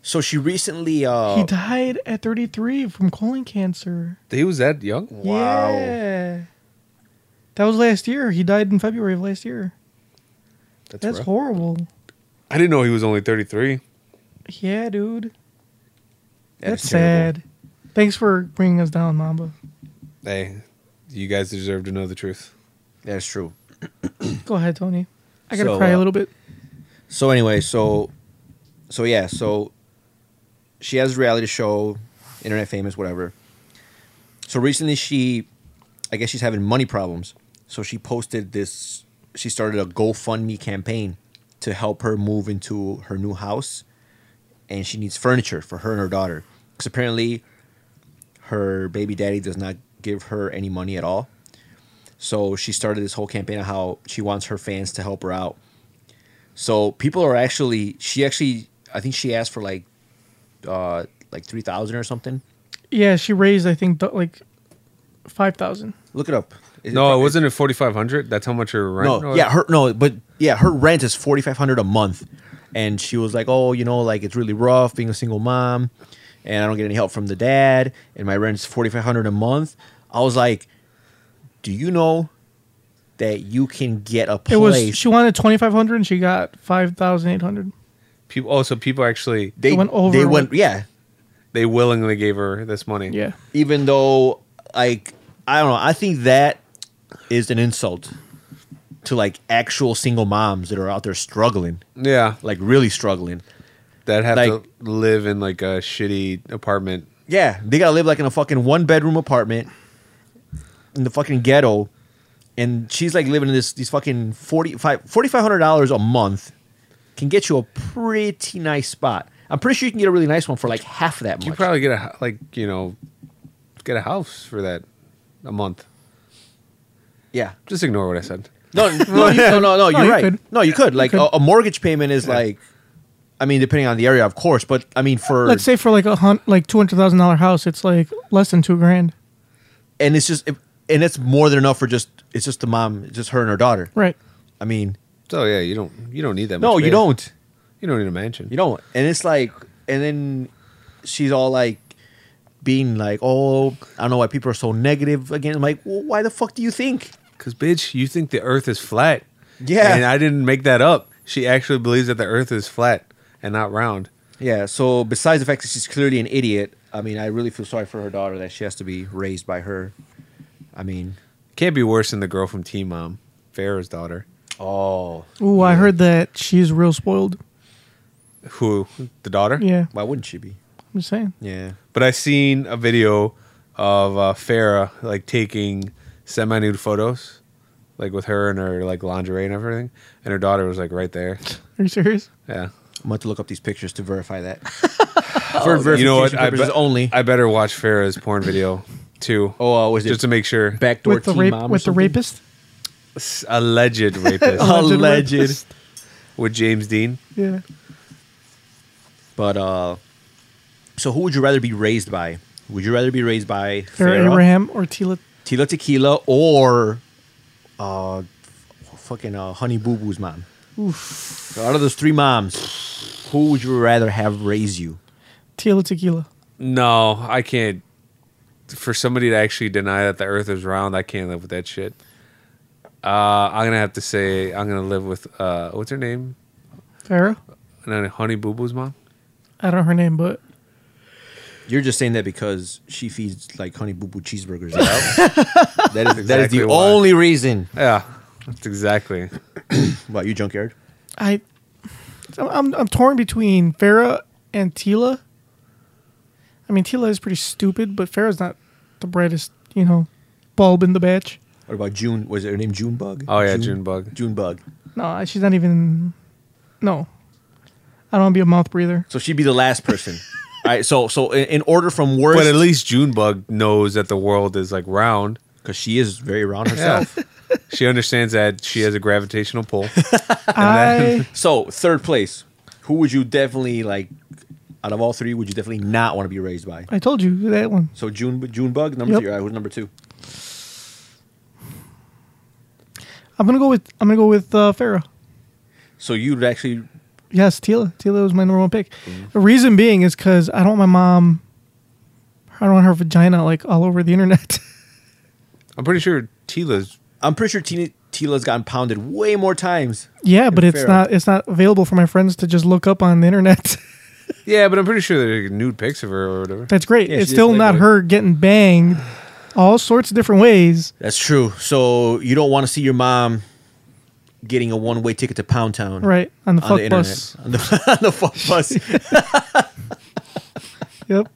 so she recently uh, He died at 33 from colon cancer. He was that young. Wow. Yeah. That was last year. He died in February of last year. that's That's rough. horrible. I didn't know he was only thirty three. Yeah, dude. That's sad. Thanks for bringing us down, Mamba. Hey, you guys deserve to know the truth. That's true. Go ahead, Tony. I gotta So, cry a uh, little bit. So anyway, so so yeah, so she has a reality show, internet famous, whatever. So recently she I guess she's having money problems. So she posted this she started a GoFundMe campaign to help her move into her new house and she needs furniture for her and her daughter cuz apparently her baby daddy does not give her any money at all. So she started this whole campaign on how she wants her fans to help her out. So people are actually she actually I think she asked for like uh like three thousand or something. Yeah, she raised I think th- like five thousand. Look it up. Is No, it it wasn't at forty five hundred. That's how much her rent. No, was? yeah, her no, but yeah, her rent is forty five hundred a month, and she was like, oh, you know, like it's really rough being a single mom, and I don't get any help from the dad, and my rent's forty five hundred a month. I was like, do you know that you can get a place? It was she wanted twenty five hundred and she got five thousand eight hundred. People. Oh, so people actually they it went over They like- went, yeah, they willingly gave her this money. Yeah. even though like I don't know, I think that is an insult to like actual single moms that are out there struggling, yeah. like really struggling. That have Like- to live in like a shitty apartment. Yeah, they gotta live like in a fucking one bedroom apartment in the fucking ghetto, and she's like living in this these fucking 45 $4,500 dollars a month can get you a pretty nice spot. I'm pretty sure you can get a really nice one for like half that much. You probably get a hou- like you know get a house for that a month. yeah. Just ignore what I said. No, no, you, no, no, no, you're you right. could. No, you could. Like A, a mortgage payment is like, I mean, depending on the area, of course, but I mean for Let's say for like a hun- like two hundred thousand dollar house, it's like less than two grand. and it's just and it's more than enough for just it's just the mom, just her and her daughter. Right. I mean, So yeah, you don't you don't need that. no, much you space. don't. You don't need a mansion. You don't. And it's like, and then she's all like being like, oh, I don't know why people are so negative again. I'm like, well, why the fuck do you think? Because, bitch, you think the earth is flat. Yeah. And I didn't make that up. She actually believes that the earth is flat and not round. Yeah. So besides the fact that she's clearly an idiot, I mean, I really feel sorry for her daughter that she has to be raised by her. I mean, Can't be worse than the girl from Teen Mom, Farrah's daughter, oh, Ooh, I heard that she's real spoiled. who, the daughter. Yeah, why wouldn't she be? I'm just saying. Yeah. But I seen a video of uh, Farrah, like, taking semi nude photos, like, with her and her, like, lingerie and everything. And her daughter was, like, right there. Are you serious? Yeah. I'm going to look up these pictures to verify that. Oh, you know what? verification I, purposes bet- only. I better watch Farrah's porn video, too. Oh, uh, was it Just to make sure. backdoor With the teen rape, mom or with the something? rapist. Alleged rapist Alleged Alleged. rapist. with James Dean. Yeah. But uh, so who would you rather be raised by? Would you rather be raised by Farrah Farrah? Abraham or Tila. Tila Tequila or uh, f- fucking uh, Honey Boo Boo's mom. Oof. Out of those three moms, who would you rather have raise you? Tila Tequila. No, I can't. For somebody to actually deny that the Earth is round, I can't live with that shit. Uh, I'm gonna have to say I'm gonna live with uh, what's her name? Farrah. And then Honey Boo Boo's mom. I don't know her name, but You're just saying that because she feeds like Honey Boo Boo cheeseburgers. out. that is that is Exactly the why. only reason. Yeah, that's exactly. What you junkyard? I, I'm- I'm I'm torn between Farah and Tila. I mean, Tila is pretty stupid, but Farah's not the brightest, you know, bulb in the batch. What about June? Was it her name June Bug? Oh, yeah, June Bug. June Bug. No, she's not even. No, I don't want to be a mouth breather. So she'd be the last person. All right. So so in, in order from worst, But at least Junebug knows that the world is like round. because she is very round Yeah, herself. she understands that she has a gravitational pull. I So third place, who would you definitely like? Out of all three, would you definitely not want to be raised by? I told you that one. So June June Bug number Yep. three. All right, who's number two? I'm gonna go with I'm gonna go with uh, Farah. So you'd actually Yes, Tila. Tila was my number one pick. The reason being is because I don't want my mom. I don't want her vagina like all over the internet. I'm pretty sure Tila's. I'm pretty sure Tina, Tila's gotten pounded way more times. yeah, but it's Farrah. not it's not available for my friends to just look up on the internet. Yeah, but I'm pretty sure there's nude pics of her or whatever. That's great. Yeah, it's she still did not like- her getting banged all sorts of different ways. That's true. So you don't want to see your mom getting a one way ticket to Pound Town. Right. On the On fuck the internet. bus. On the, on the fuck bus. Ooh, Yep.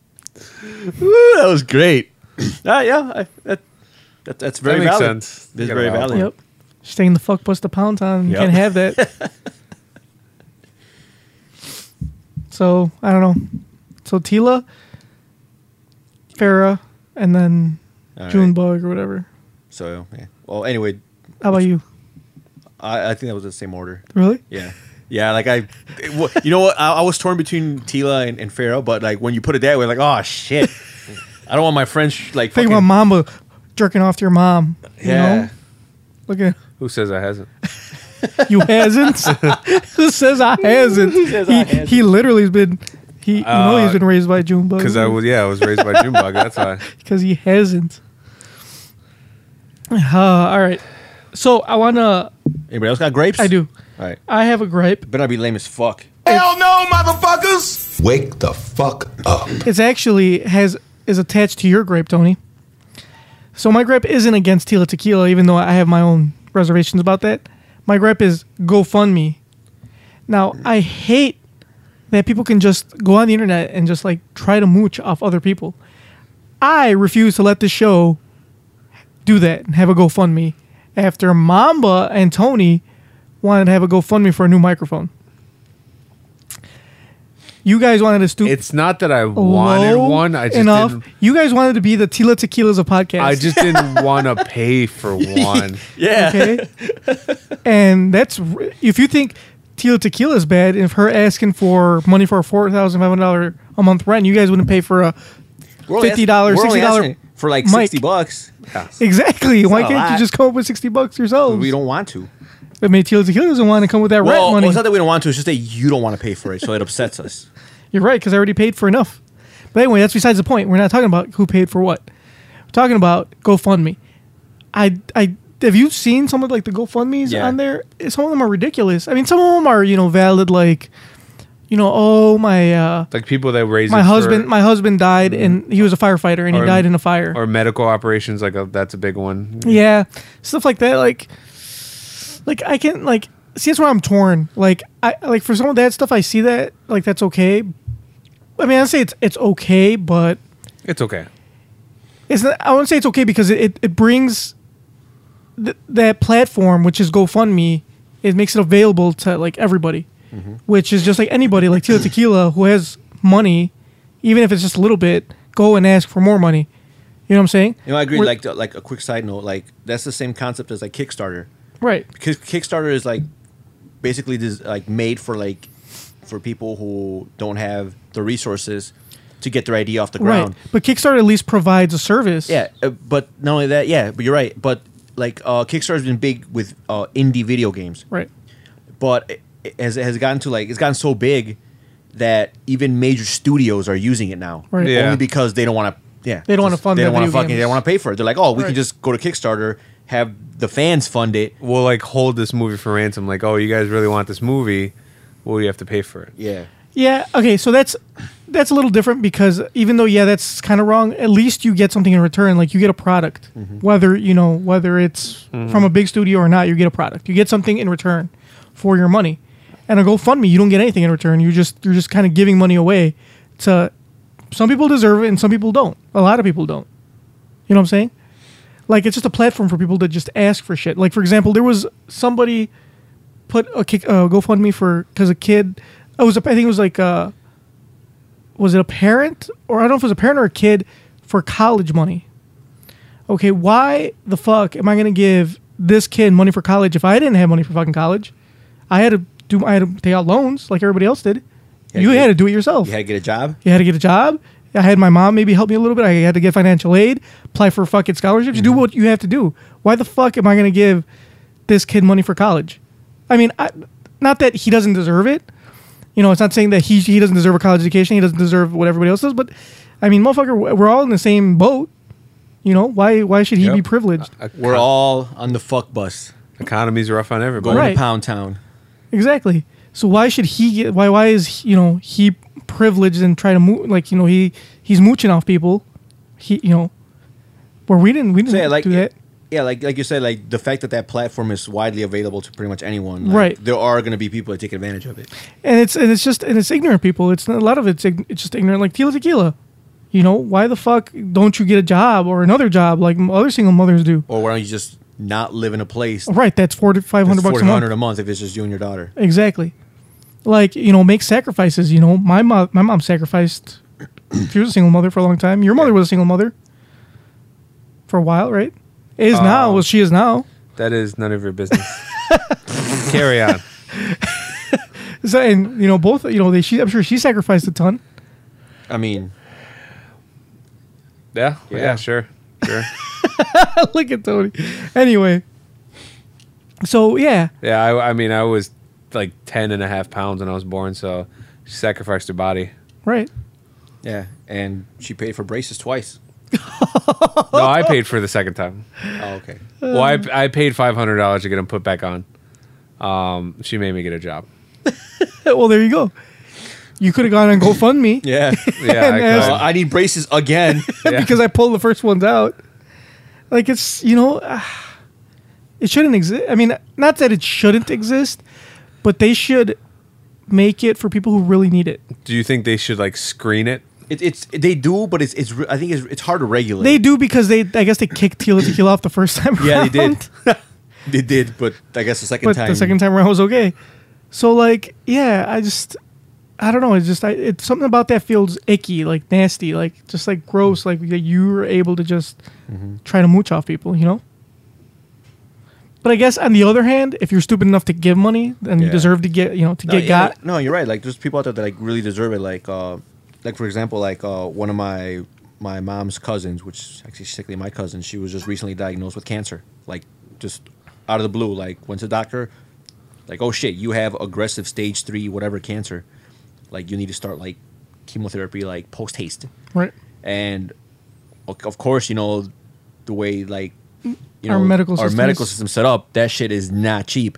that was great. Ah, yeah. I, that, that, that's very makes valid. sense. That's Yeah, very valid. Yep. valid. She's taking the fuck bus to Pound Town. You Yep. can't have that. so I don't know. So Tila, Farah, and then All right. Junebug or whatever. So, yeah. Well, anyway, How about you? I, I think that was the same order. Really? Yeah. Yeah, like I, it wa- you know what? I, I was torn between Tila and, and Pharaoh, but like when you put it that way, like, oh shit, I don't want my French like Think fucking- about Mamba jerking off to your mom. Yeah. You know? Look at Who says I hasn't? you hasn't. Who says I hasn't? he, he literally has been. He you know he's Uh, been raised by Junebug. Because I was yeah, I was raised by Junebug. That's why. because he hasn't. Uh, all right. So I wanna. Anybody else got grapes? I do. All right. I have a gripe. Better not be lame as fuck. Hell no, motherfuckers! Wake the fuck up. It's actually has is attached to your gripe, Tony. So my gripe isn't against Tila Tequila, even though I have my own reservations about that. My gripe is GoFundMe. Now I hate that people can just go on the internet and just like try to mooch off other people. I refuse to let this show do that and have a GoFundMe after Mamba and Tony wanted to have a GoFundMe for a new microphone. You guys wanted a stupid It's not that I wanted low one. I just enough. didn't. You guys wanted to be the Tila Tequilas of podcast. I just didn't want to pay for one. Yeah. okay, and that's r- if you think Tila Tequila is bad. If her asking for money for a four thousand five hundred dollar a month rent, you guys wouldn't pay for a We're only ask- $50, we're only $60 asking for like mic. sixty bucks. exactly. Why not a can't you lot. just come up with sixty bucks yourselves? We don't want to. I mean, Tila Tequila doesn't want to come with that Well, rent well, money. it's not that we don't want to. It's just that you don't want to pay for it, so it upsets us. You're right, because I already paid for enough. But anyway, that's besides the point. We're not talking about who paid for what. We're talking about GoFundMe. I, I have you seen some of like the GoFundmes Yeah. on there? Some of them are ridiculous. I mean, some of them are you know valid, like you know, oh my uh, Like people that raise my it for- Mm-hmm. husband my husband died and he was a firefighter and he Or- died in a fire. or medical operations. Like a, that's a big one. Yeah, stuff like that. Like, like I can like see that's where I'm torn. Like I like for some of that stuff, I see that like that's okay. I mean, I say it's it's okay, but It's okay. it's not, I wouldn't say it's okay because it it, it brings th- that platform, which is GoFundMe, it makes it available to like everybody, Mm-hmm. which is just like anybody, like Tila Tequila, who has money, even if it's just a little bit, go and ask for more money. You know what I'm saying? You know, I agree. We're- like, like a quick side note, like that's the same concept as like Kickstarter. right. because Kickstarter is like basically this like made for like for people who don't have the resources to get their idea off the ground. Right. But Kickstarter at least provides a service. Yeah, uh, but not only that, yeah, but you're right. But like uh, Kickstarter's been big with uh, indie video games, Right. but it, it has it has gotten to like it's gotten so big that even major studios are using it now, Right. Yeah. Only because they don't want to. Yeah, They don't wanna just- fund They their don't wanna video fucking. They games. don't want to pay for it. They're like, oh, we Right. can just go to Kickstarter, have the fans fund it. We'll like hold this movie for ransom. Like, oh, you guys really want this movie? Well, you have to pay for it. Yeah, Yeah. Okay. So that's that's a little different because even though yeah, that's kind of wrong. At least you get something in return. Like you get a product, Mm-hmm. whether you know whether it's from a big studio or not. You get a product. You get something in return for your money. And a GoFundMe, you don't get anything in return. You just you're just kind of giving money away to some people deserve it and some people don't. A lot of people don't. You know what I'm saying? Like it's just a platform for people to just ask for shit. Like for example, there was somebody put a kick, uh, GoFundMe for because a kid. It was a, I think it was like uh was it a parent or I don't know if it was a parent or a kid for college money. Okay, why the fuck am I gonna give this kid money for college if I didn't have money for fucking college? I had to do I had to take out loans like everybody else did. Yeah, you you- had to do it yourself. you had to get a job. You had to get a job. I had my mom maybe help me a little bit. I had to get financial aid, apply for fucking scholarships. You do what you have to do. Why the fuck am I going to give this kid money for college? I mean, I, not that he doesn't deserve it. You know, it's not saying that he he doesn't deserve a college education. He doesn't deserve what everybody else does. But I mean, motherfucker, we're all in the same boat. You know why? Why should he be Yep. privileged? We're all on the fuck bus Economy's rough on everybody. going Right. to Pound Town. Exactly. So why should he get? Why why is you know he privileged and try to move like you know he he's mooching off people. He you know where we didn't we didn't yeah, like do that. yeah, like like you said, like the fact that that platform is widely available to pretty much anyone. like, Right. There are going to be people that take advantage of it. and it's and it's just and it's ignorant people. It's a lot of it's ign- it's just ignorant. Like Tila Tequila, you know why the fuck don't you get a job or another job like m- other single mothers do? Or why don't you just not live in a place Right, that's four to five that's hundred bucks a month. $400 a month if it's just you and your daughter? Exactly. Like you know, make sacrifices. You know, my mom, my mom sacrificed. she was a single mother for a long time. Your mother was a single mother for a while, right? Is now well, she is now. That is none of your business. Carry on. So, and you know, both you know, they, she, I'm sure she sacrificed a ton. I mean, Yeah, yeah, Yeah. sure, sure. Look at Tony. Anyway, so yeah, Yeah, I, I mean, I was like 10 and a half pounds when I was born, so she sacrificed her body. right. yeah. And she paid for braces twice. No, I paid for the second time. Oh, okay. Well, I, I paid $500 to get them put back on. Um, she made me get a job. Well, there you go. You could have gone on GoFundMe Yeah. Yeah, I And could. Uh, I need braces again. Yeah. because I pulled the first ones out. Like it's you know, ah, it shouldn't exist. I mean, not that it shouldn't exist, but they should make it for people who really need it. Do you think they should like screen it? It, it's they do, but it's it's re- I think it's, it's hard to regulate. They do because they I guess they kicked Tila Tequila off the first time. Yeah, they around. did. they did, but I guess the second but time. the second time around was okay. So like, yeah, I just I don't know. It's just I, it's something about that feels icky, like nasty, like just like gross, like that you were able to just Mm-hmm. try to mooch off people, you know. But I guess on the other hand, if you're stupid enough to give money, then you Yeah. deserve to get you know to no, get yeah, got. like- no, you're right. Like there's people out there that like really deserve it. Like uh, like for example, like uh, one of my my mom's cousins, which is actually sickly my cousin, she was just recently diagnosed with cancer. Like just out of the blue. Like went to the doctor. Like oh shit, you have aggressive stage three whatever cancer. Like you need to start like chemotherapy like post haste. right. and o- of course, you know the way like you know Mm, Our medical our system medical is- system set up. That shit is not cheap.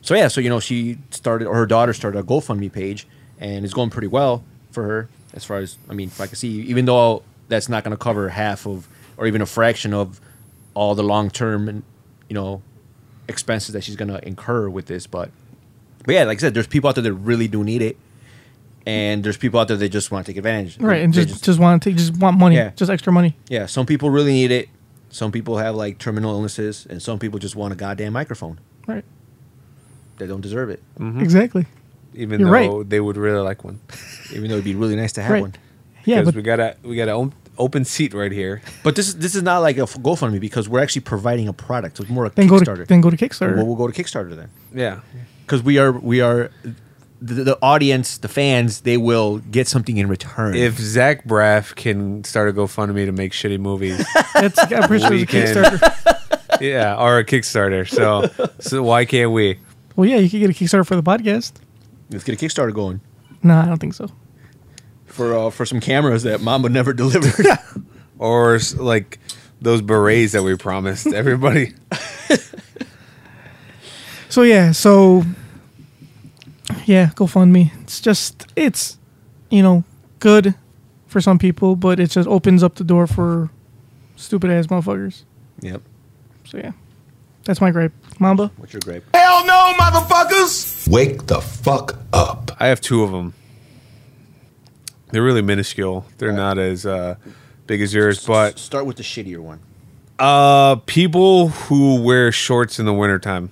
So yeah, so you know she started or her daughter started a GoFundMe page, and it's going pretty well for her as far as I mean, if I can see, even though that's not going to cover half of or even a fraction of all the long term and you know expenses that she's going to incur with this, but but yeah, like I said, there's people out there that really do need it. And there's people out there that just want to take advantage. Right, and They just, just want to just want money, Yeah. just extra money. yeah, some people really need it. Some people have like terminal illnesses, and some people just want a goddamn microphone. Right, They don't deserve it, exactly. Even You're though right. they would really like one. even though it'd be really nice to have Right. one. Yeah, Because but we got a we got an open seat right here. But this is this is not like a f- GoFundMe because we're actually providing a product. So it's more a then go Kickstarter. to then go to Kickstarter. Well, we'll go to Kickstarter then, Yeah. because we are we are the, the audience, the fans. They will get something in return. If Zach Braff can start a GoFundMe to make shitty movies, That's I'm pretty sure it was a We can- Kickstarter. yeah, or a Kickstarter. So, so why can't we? well, yeah, you could get a Kickstarter for the podcast. let's get a Kickstarter going No, I don't think so. for uh, for some cameras that Mama never delivered. Or s- like those berets that we promised everybody. So yeah, so yeah, GoFundMe. It's just it's you know good for some people, but it just opens up the door for stupid ass motherfuckers. yep. So yeah, that's my gripe. Mamba, What's your gripe? Hell no, motherfuckers! Wake the fuck up. I have two of them. They're really minuscule. They're not as uh, big as yours, but Start with the shittier one. Uh, people who wear shorts in the wintertime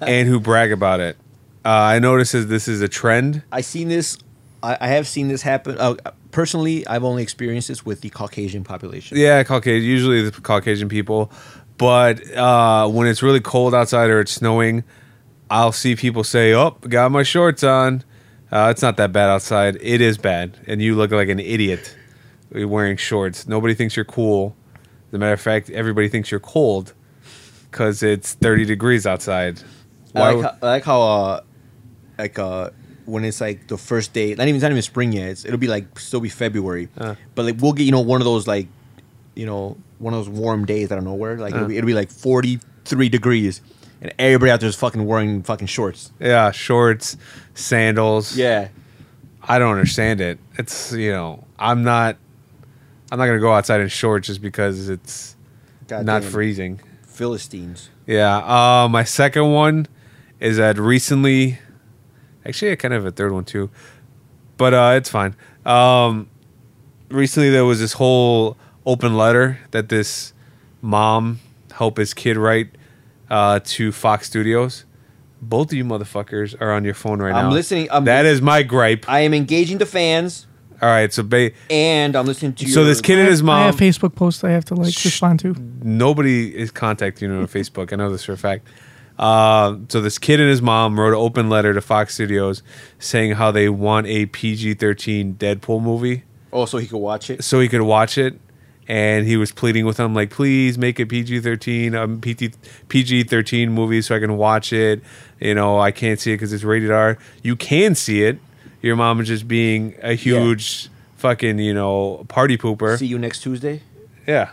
and who brag about it. Uh, I notice that this is a trend. I seen this. I, I have seen this happen. Uh, personally, I've only experienced this with the Caucasian population. Yeah, Caucasian. Usually the Caucasian people, but uh, when it's really cold outside or it's snowing, I'll see people say, "Oh, got my shorts on." Uh, it's not that bad outside. It is bad, and you look like an idiot wearing shorts. Nobody thinks you're cool. As a matter of fact, everybody thinks you're cold because it's 30 degrees outside. I would- like, how, I like how, uh, like, uh, when it's like the first day, not even, it's not even spring yet. It's, it'll be like still be February, Uh. but like we'll get you know one of those like, you know, one of those warm days out of nowhere. Like Uh. it'll, be, it'll be like forty three degrees, and everybody out there is fucking wearing fucking shorts. Yeah, shorts, sandals. Yeah, I don't understand it. It's you know, I'm not, I'm not gonna go outside in shorts just because it's not Goddamn freezing. Philistines. Yeah. Uh, my second one is that recently, actually, I kind of have a third one too, but uh, it's fine. Um, recently, there was this whole open letter that this mom helped his kid write uh, to Fox Studios. Both of you motherfuckers are on your phone right now. I'm listening- I'm- That is my gripe. I am engaging the fans, All right, so ba- and I'm listening to. so your- this kid and his I mom. have Facebook posts I have to like respond to. nobody is contacting you on Facebook. I know this for a fact. Uh, so this kid and his mom wrote an open letter to Fox Studios saying how they want a PG-13 Deadpool movie Oh, so he could watch it. so he could watch it. And he was pleading with them, like, please make it PG 13, um, PG 13 movie so I can watch it. You know, I can't see it because it's rated R. You can see it. Your mom is just being a huge fucking, you know, party pooper. See you next Tuesday. yeah.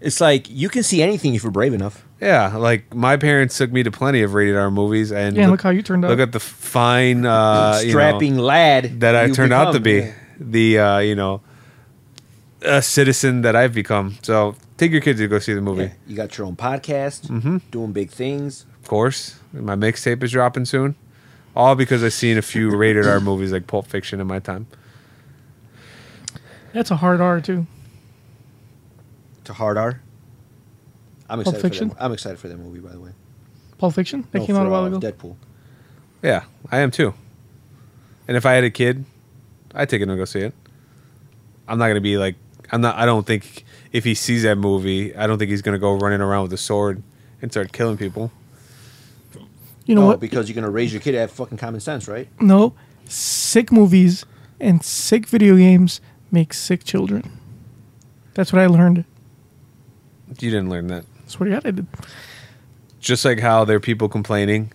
It's like you can see anything if you're brave enough. Yeah, like my parents took me to plenty of rated R movies, and Yeah, look how you turned out. Look at the fine uh, you know, Strapping lad that I you turned out to become. be, the Yeah. uh, you know, a citizen that I've become. So take your kids to go see the movie. Yeah. You got your own podcast, Mm-hmm. doing big things. Of course, my mixtape is dropping soon, all because I've seen a few rated R movies like Pulp Fiction in my time. That's a hard R too. to Hard R. I'm excited Fiction? for that. I'm excited for that movie, by the way. Pulp Fiction that No, came out for, a while uh, ago. Deadpool. Yeah, I am too. And if I had a kid, I'd take him to go see it. I'm not gonna be like I'm not I don't think if he sees that movie, I don't think he's gonna go running around with a sword and start killing people. You know no, what? Oh, because you're gonna raise your kid to have fucking common sense, right? no, sick movies and sick video games make sick children. That's what I learned. You didn't learn that. Swear to God, I did. Just like how there are people complaining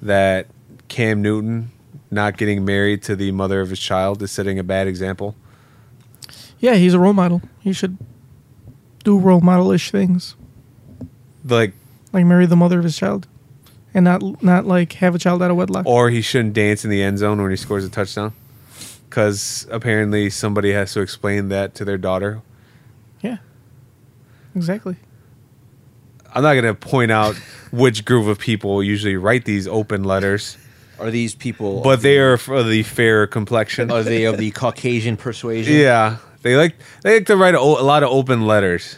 that Cam Newton not getting married to the mother of his child is setting a bad example. Yeah, he's a role model. He should do role model ish things, Like like marry the mother of his child, and not not like have a child out of wedlock. or he shouldn't dance in the end zone when he scores a touchdown. Cause apparently somebody has to explain that to their daughter yeah, exactly. I'm not gonna point out which group of people usually write these open letters, Are these people? but they are for the fair complexion. are they of the Caucasian persuasion? Yeah, they like they like to write a, o- a lot of open letters.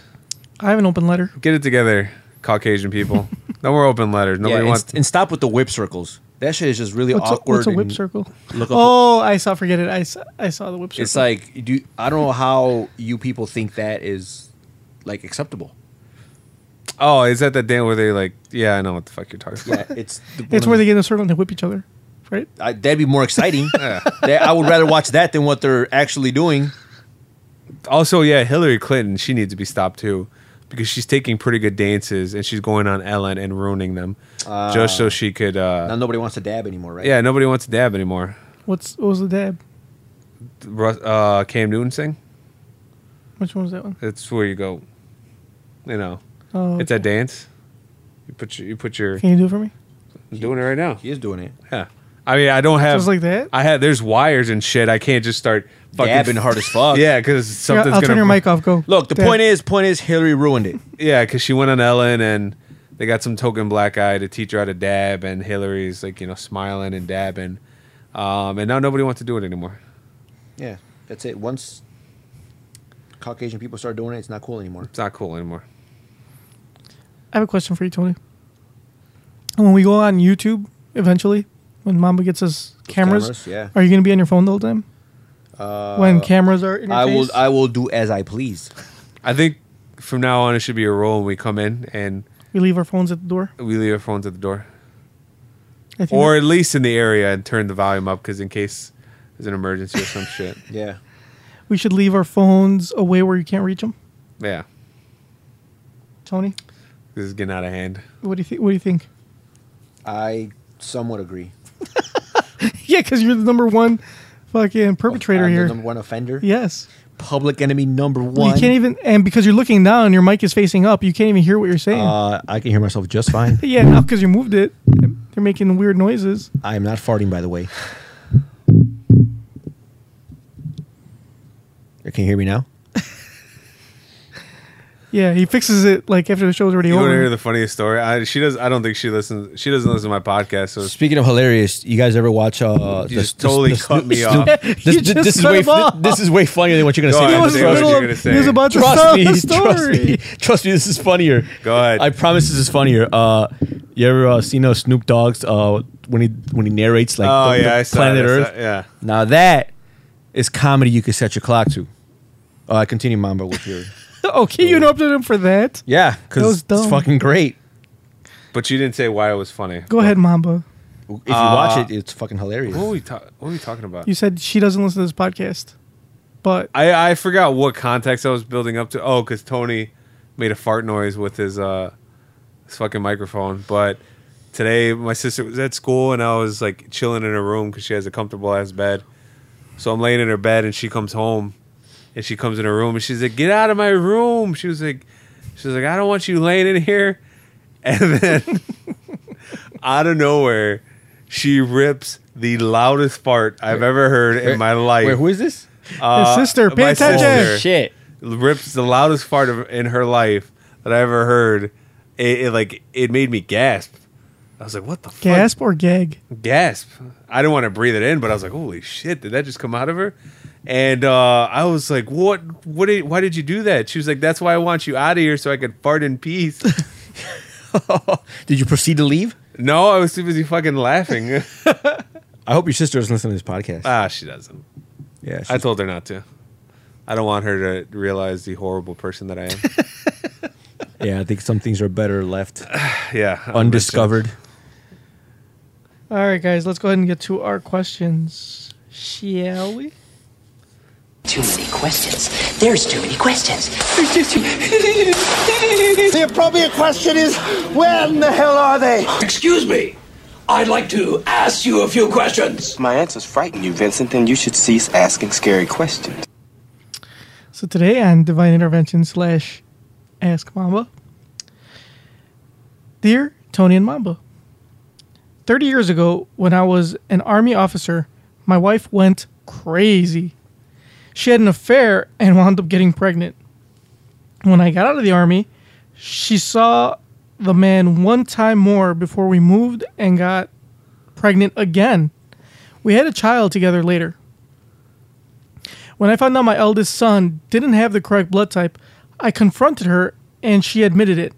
I have an open letter. Get it together, Caucasian people. no more open letters. Yeah, Nobody and, wants. and stop with the whip circles. That shit is just really What's a, awkward. what's a whip and circle? Look up Oh, I saw. Forget it. I saw, I saw the whip circle. It's like do I don't know how you people think that is like acceptable. oh, is that that day where they like? Yeah, I know what the fuck you're talking about. Yeah, it's the, it's where they get in a circle and they whip each other, right? I, that'd be more exciting. That- I would rather watch that than what they're actually doing. Also, yeah, Hillary Clinton, she needs to be stopped too, because she's taking pretty good dances and she's going on Ellen and ruining them, just Ah. so she could. Now Uh, nobody wants to dab anymore, right? yeah, nobody wants to dab anymore. What's what was the dab? Ru- Uh, Cam Newton thing. Which one was that one? It's where you go. You know, Oh, it's that dance. You put your, you put your Can you do it for me? I'm doing it right now. he is doing it. Yeah. I mean, I don't have Just like that? I had there's wires and shit. I can't just start fucking Dabbing hard as fuck. Yeah, because Here, something's I'll gonna turn your mic off. Go. Look, the Dab. point is, point is, Hillary ruined it. Yeah, because she went on Ellen and they got some token black guy to teach her how to dab, and Hillary's like you know smiling and dabbing, um, and now nobody wants to do it anymore. Yeah, that's it. Once Caucasian people start doing it, it's not cool anymore. It's not cool anymore. I have a question for you, Tony. When we go on YouTube eventually, when Mama gets us cameras, cameras, yeah. Uh, are you going to be on your phone the whole time? when cameras are in your I will, face? I will do as I please. I think from now on it should be a rule when we come in and we leave our phones at the door. we leave our phones at the door. I think or at least in the area and turn the volume up because in case there's an emergency or some shit. Yeah, we should leave our phones away where you can't reach them. Yeah, Tony, this is getting out of hand. what do you think? What do you think? I somewhat agree. Yeah, because you're the number one fucking perpetrator I'm the here. number one offender. yes, Public enemy number one. you can't e- even, and because you're looking down and your mic is facing up, you can't even hear what you're saying. uh, I can hear myself just fine. yeah, now because you moved it, they're making weird noises. I am not farting, by the way. Can you hear me now? Yeah, he fixes it like after the show's already You want to over. hear the funniest story? I, she does. I don't think she listens. She doesn't listen to my podcast. So Speaking of hilarious, you guys ever watch? Uh, You just totally cut me off. This, You this- just this is cut way him off. this is way funnier than what you're Go gonna ahead, he was, Say say. in the what middle you're of- gonna he was say. about to trust start me, the trust story. me, trust me. This is funnier. Go ahead. I promise this is funnier. Uh, you ever uh, seen uh, Snoop Dogg's uh, when he when he narrates like Oh, the- the yeah, I saw Planet it, I saw Earth? it, yeah. Now that is comedy you could set your clock to. Uh, continue, Mamba, with your Okay, you interrupted him for that. yeah, That because was it's dumb. fucking great. but you didn't say why it was funny. Go ahead, Mamba. If you watch it, it's fucking hilarious. What were we, ta- what were we talking about? You said she doesn't listen to this podcast, but I I forgot what context I was building up to. Oh, because Tony made a fart noise with his uh his fucking microphone. But today my sister was at school and I was like chilling in her room because she has a comfortable ass bed. So I'm laying in her bed and she comes home and she comes in her room and she's like, "Get out of my room!" She was like, "She was like, I don't want you laying in here." And then out of nowhere, she rips the loudest fart I've ever heard in my life Wait, who is this? his sister, pay Uh, my attention. sister. Shit. rips the loudest fart of, in her life that I ever heard. It, it like it made me gasp. I was like, "What the Gasp or gag? fuck?" Gasp! I didn't want to breathe it in, but I was like, "Holy shit! Did that just come out of her?" And uh, I was like, "What? What? Did, why did you do that?" She was like, "That's why I want you out of here so I could fart in peace." Did you proceed to leave? no, I was too busy fucking laughing. I hope your sister doesn't listen to this podcast. ah, she doesn't. yeah, I told her not to. I don't want her to realize the horrible person that I am. yeah. I think some things are better left yeah, I'm undiscovered. All right, guys, let's go ahead and get to our questions, shall we? Too many questions. There's too many questions. The appropriate question is, when the hell are they? Excuse me. I'd like to ask you a few questions. My answers frighten you, Vincent, then you should cease asking scary questions. So today on Divine Intervention slash Ask Mamba, dear Tony and Mamba, thirty years ago when I was an army officer, my wife went crazy. She had an affair and wound up getting pregnant. When I got out of the army, she saw the man one time more before we moved and got pregnant again. We had a child together later. When I found out my eldest son didn't have the correct blood type, I confronted her and she admitted it.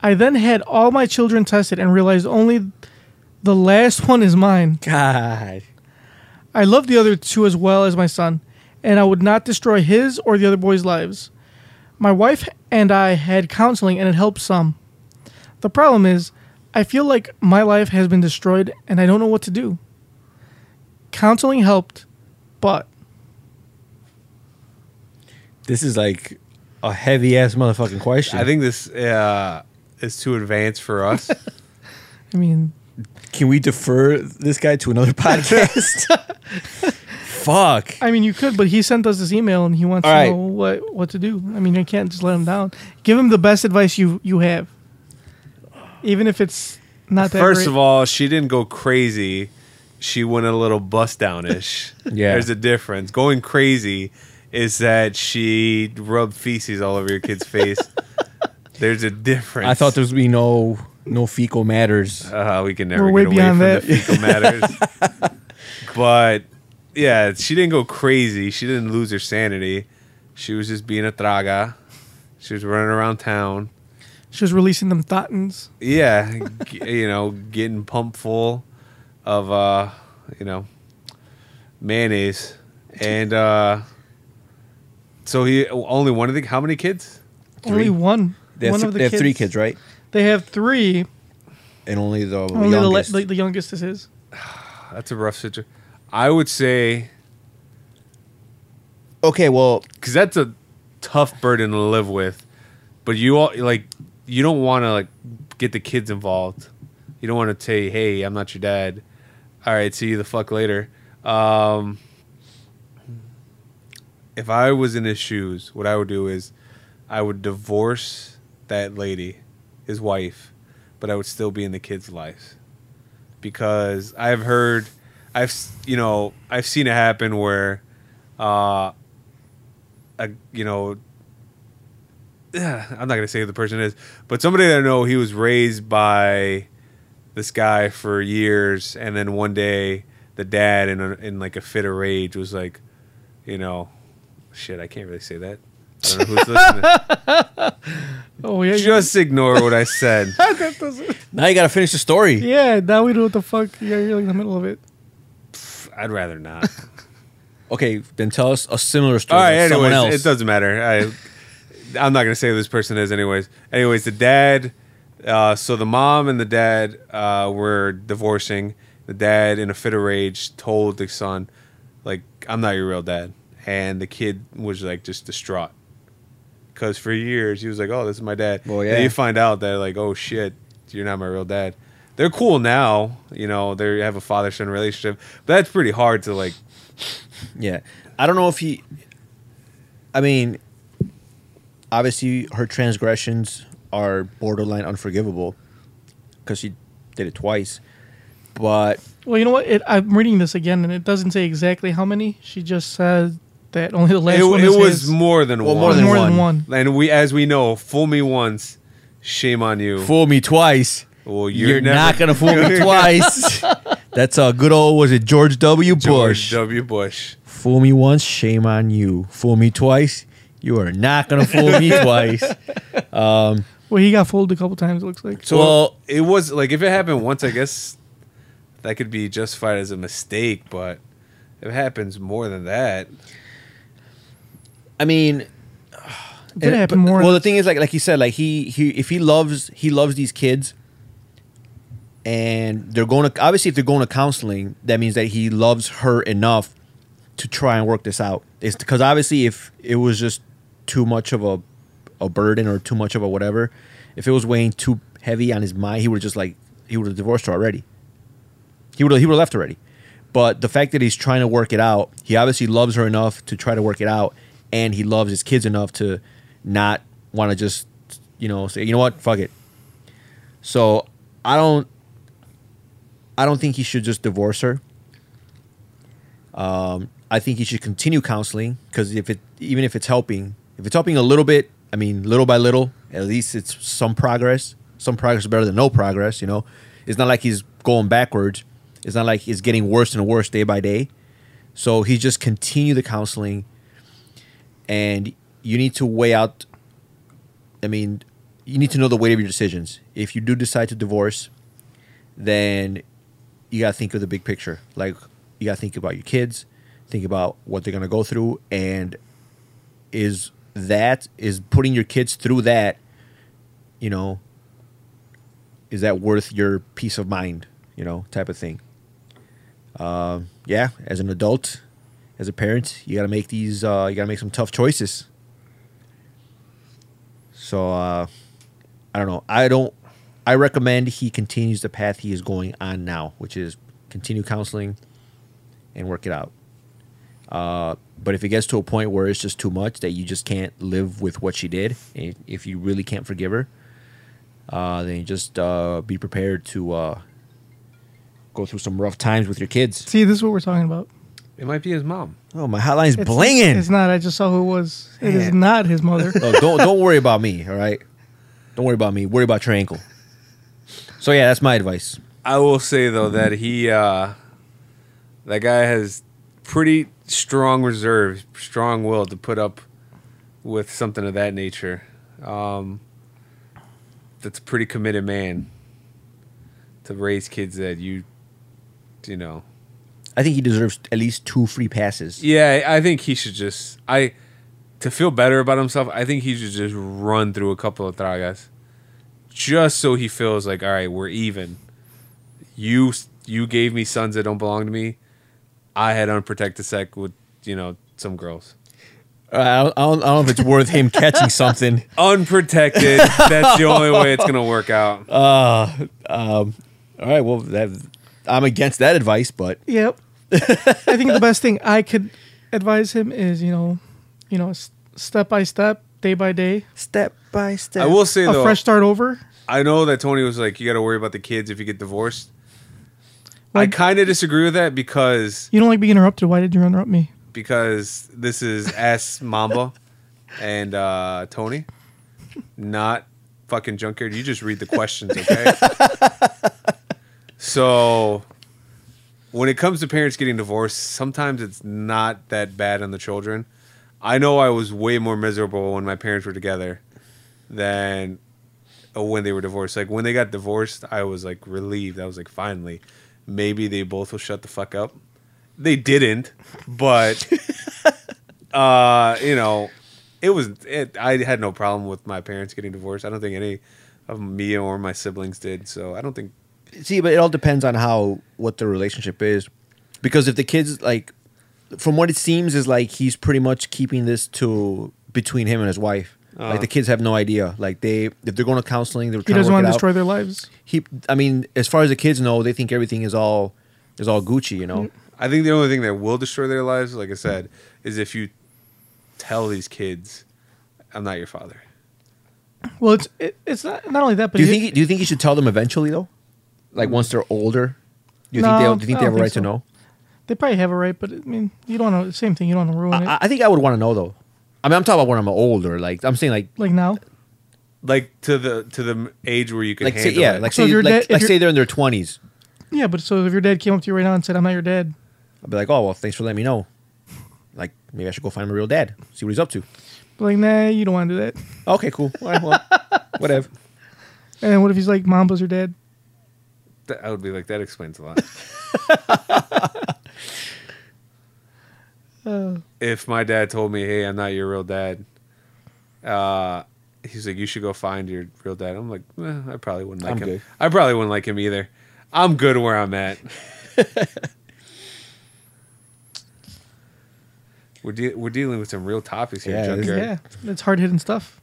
I then had all my children tested and realized only the last one is mine. God. I love the other two as well as my son, and I would not destroy his or the other boys' lives. My wife and I had counseling and it helped some. The problem is, I feel like my life has been destroyed and I don't know what to do. Counseling helped, but This is like a heavy ass motherfucking question. I think this uh, is too advanced for us. I mean, Can we defer this guy to another podcast? Fuck. I mean, you could, but he sent us this email and he wants All to right. know what, what to do. I mean, you can't just let him down. Give him the best advice you, you have, even if it's not that. First great. of all, she didn't go crazy. She went a little bust downish. Yeah. There's a difference. Going crazy is that she rubbed feces all over your kid's face. There's a difference. I thought there was be no no fecal matters. uh, we can never We're way get away beyond from that. the fecal matters. but yeah, she didn't go crazy. She didn't lose her sanity. She was just being a traga. She was running around town. she was releasing them thetans. yeah, g- you know, getting pumped full of uh, you know, mayonnaise, and uh, so he only one of the how many kids? Only one. They have, one th- of the they have kids. three kids, right? They have three. And only the Only the, le- youngest. the, the youngest is his. That's a rough situation. I would say okay, well, because that's a tough burden to live with, but you all like you don't want to like get the kids involved. You don't want to say, "Hey, I'm not your dad." All right, see you the fuck later. Um, if I was in his shoes, what I would do is I would divorce that lady, his wife, but I would still be in the kids' lives because I've heard, I've s- you know, I've seen it happen where uh, a you know yeah, I'm not gonna say who the person is, but somebody that I know he was raised by this guy for years, and then one day the dad in a, in like a fit of rage was like, you know, shit, I can't really say that. I don't know who's listening. Oh yeah, Just ignore what I said. That doesn't- Now you gotta finish the story. yeah, now we know what the fuck. Yeah, you're like in the middle of it. I'd rather not. Okay, then tell us a similar All story. right, about someone anyways, else. it doesn't matter. I, I'm not gonna say who this person is, anyways. Anyways, the dad. Uh, so the mom and the dad uh, were divorcing. The dad, in a fit of rage, told the son, "Like I'm not your real dad," and the kid was like just distraught. Because for years he was like, "Oh, this is my dad." Well, yeah. Then you find out that like, "Oh shit, you're not my real dad." They're cool now, you know. They have a father son relationship, but that's pretty hard to like Yeah. I don't know if he I mean obviously her transgressions are borderline unforgivable cuz she did it twice. But Well, you know what? It, I'm reading this again, and it doesn't say exactly how many. She just says that only the last it, one. it is was his. more than Well, one. more than More one. than one. And we, as we know, fool me once, shame on you. fool me twice. well, You're, you're, never- not going to fool me twice. That's a good old was it George W George Bush. W. Bush. fool me once, shame on you. Fool me twice, you are not going to fool me twice. Well, he got fooled a couple times. It looks like. So uh, Well- it was like if it happened once, I guess that could be justified as a mistake. But if it happens more than that, I mean, Did it happen And- Eh, but- more? Well, the thing is, like, like he said, like he he if he loves he loves these kids, and they're going to obviously if they're going to counseling, that means that he loves her enough to try and work this out. It's because obviously if it was just too much of a a burden or too much of a whatever, if it was weighing too heavy on his mind, he would have just like he would have divorced her already. He would he would have left already. But the fact that he's trying to work it out, he obviously loves her enough to try to work it out, and he loves his kids enough to not want to just you know say you know what fuck it. So I don't I don't think he should just divorce her. Um, I think he should continue counseling because if it even if it's helping, if it's helping a little bit, I mean little by little, at least it's some progress. Some progress is better than no progress, you know. It's not like he's going backwards. It's not like it's getting worse and worse day by day. So he just continue the counseling and you need to weigh out I mean, you need to know the weight of your decisions. If you do decide to divorce, then you got to think of the big picture. Like you got to think about your kids, think about what they're going to go through and is that is putting your kids through that, you know, is that worth your peace of mind, you know, type of thing. Um, yeah, as an adult, as a parent, you got to make these uh, you got to make some tough choices. So uh, I don't know. I don't. I recommend he continues the path he is going on now, which is continue counseling and work it out. Uh, but if it gets to a point where it's just too much that you just can't live with what she did, and if you really can't forgive her, uh, then you just uh, be prepared to uh, go through some rough times with your kids. See, this is what we're talking about. it might be his mom. Oh, my hotline's It's, blinging. It's not. I just saw who it was. It is Man. not his mother. No, don't don't worry about me. All right, don't worry about me. Worry about your ankle. So yeah, that's my advice. I will say though that he, uh, that guy has pretty strong reserve, strong will to put up with something of that nature. Um, that's a pretty committed man to raise kids that you, you know. I think he deserves at least two free passes. Yeah, I think he should just I to feel better about himself. I think he should just run through a couple of tragas, just so he feels like all right, we're even. You you gave me sons that don't belong to me. I had unprotected sex with you know some girls. Uh, I, don't, I don't I don't know if it's worth him catching something. Unprotected. that's the only way it's gonna work out. Uh, All right, well, that, I'm against that advice, but Yep. I think the best thing I could advise him is, you know, you know, s- step by step, day by day, step by step. I will say a though, fresh start over. I know that Tony was like, you got to worry about the kids if you get divorced. I Like- kind of disagree with that because You don't like being interrupted. Why did you interrupt me? because this is S Mamba. and uh, Tony, not fucking junkyard. You just read the questions, okay? so when it comes to parents getting divorced, sometimes it's not that bad on the children. I know I was way more miserable when my parents were together than uh, when they were divorced. Like when they got divorced, I was like relieved. I was like, finally, maybe they both will shut the fuck up. They didn't, but uh, you know, it was. It, I had no problem with my parents getting divorced. I don't think any of me or my siblings did. So I don't think See, but it all depends on how what the relationship is, because if the kids like, from what it seems, is like he's pretty much keeping this to between him and his wife. Uh-huh. Like the kids have no idea. Like they, if they're going to counseling, they're He trying doesn't to work want it to out. destroy their lives. He, I mean, as far as the kids know, they think everything is all is all Gucci. You Mm, know, I think the only thing that will destroy their lives, like I said, is if you tell these kids, "I'm not your father." Well, it's it, it's not, not only that, but do you he- think do you think you should tell them eventually though? Like once they're older, do you No, think they do you think I they have don't a right think to so. know? they probably have a right, but I mean, you don't know. Same thing, you don't want to ruin it. I, I think I would want to know though. I mean, I'm talking about when I'm older. Like I'm saying, like like now, Like to the to the age where you can like say, handle yeah, it. like So say if you're like, dead- if like you're- say they're in their 20s. yeah. But so if your dad came up to you right now and said, "I'm not your dad," I'd be like, oh well, thanks for letting me know. Like maybe I should go find my real dad, see what he's up to. be like, "Nah, you don't want to do that." Okay, cool. All right, well, whatever. And what if he's like, "Mom was your dad"? Th- I would be like, that explains a lot. Uh, if my dad told me, "Hey, I'm not your real dad," uh, he's like, "You should go find your real dad." I'm like, eh, I probably wouldn't like I'm him. good. I probably wouldn't like him either. I'm good where I'm at. we're de- we're dealing with some real topics here, Yeah, this- Junkyard. yeah, that's hard hitting stuff.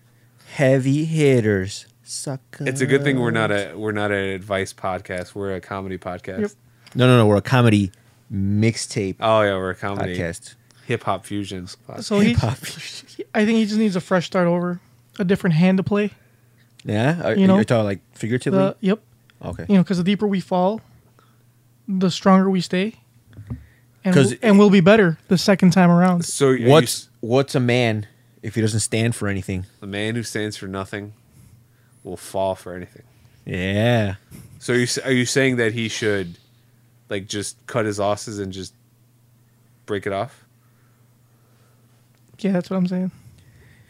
Heavy hitters, sucker. It's a good thing we're not a we're not an advice podcast. We're a comedy podcast. Yep. No, no, no. We're a comedy mixtape Oh yeah, we're a comedy podcast. hip hop fusions. podcast. So he, Pop. I think he just needs a fresh start over, a different hand to play. Yeah, are, You know, you're talking like figuratively. The, yep, okay. you know, because the deeper we fall, the stronger we stay, and 'Cause we'll, and we'll be better the second time around. so are you what's what's a man if he doesn't stand for anything? The man who stands for nothing will fall for anything. Yeah. So are you, s- are you saying that he should, like, just cut his losses and just break it off? Yeah, that's what I'm saying.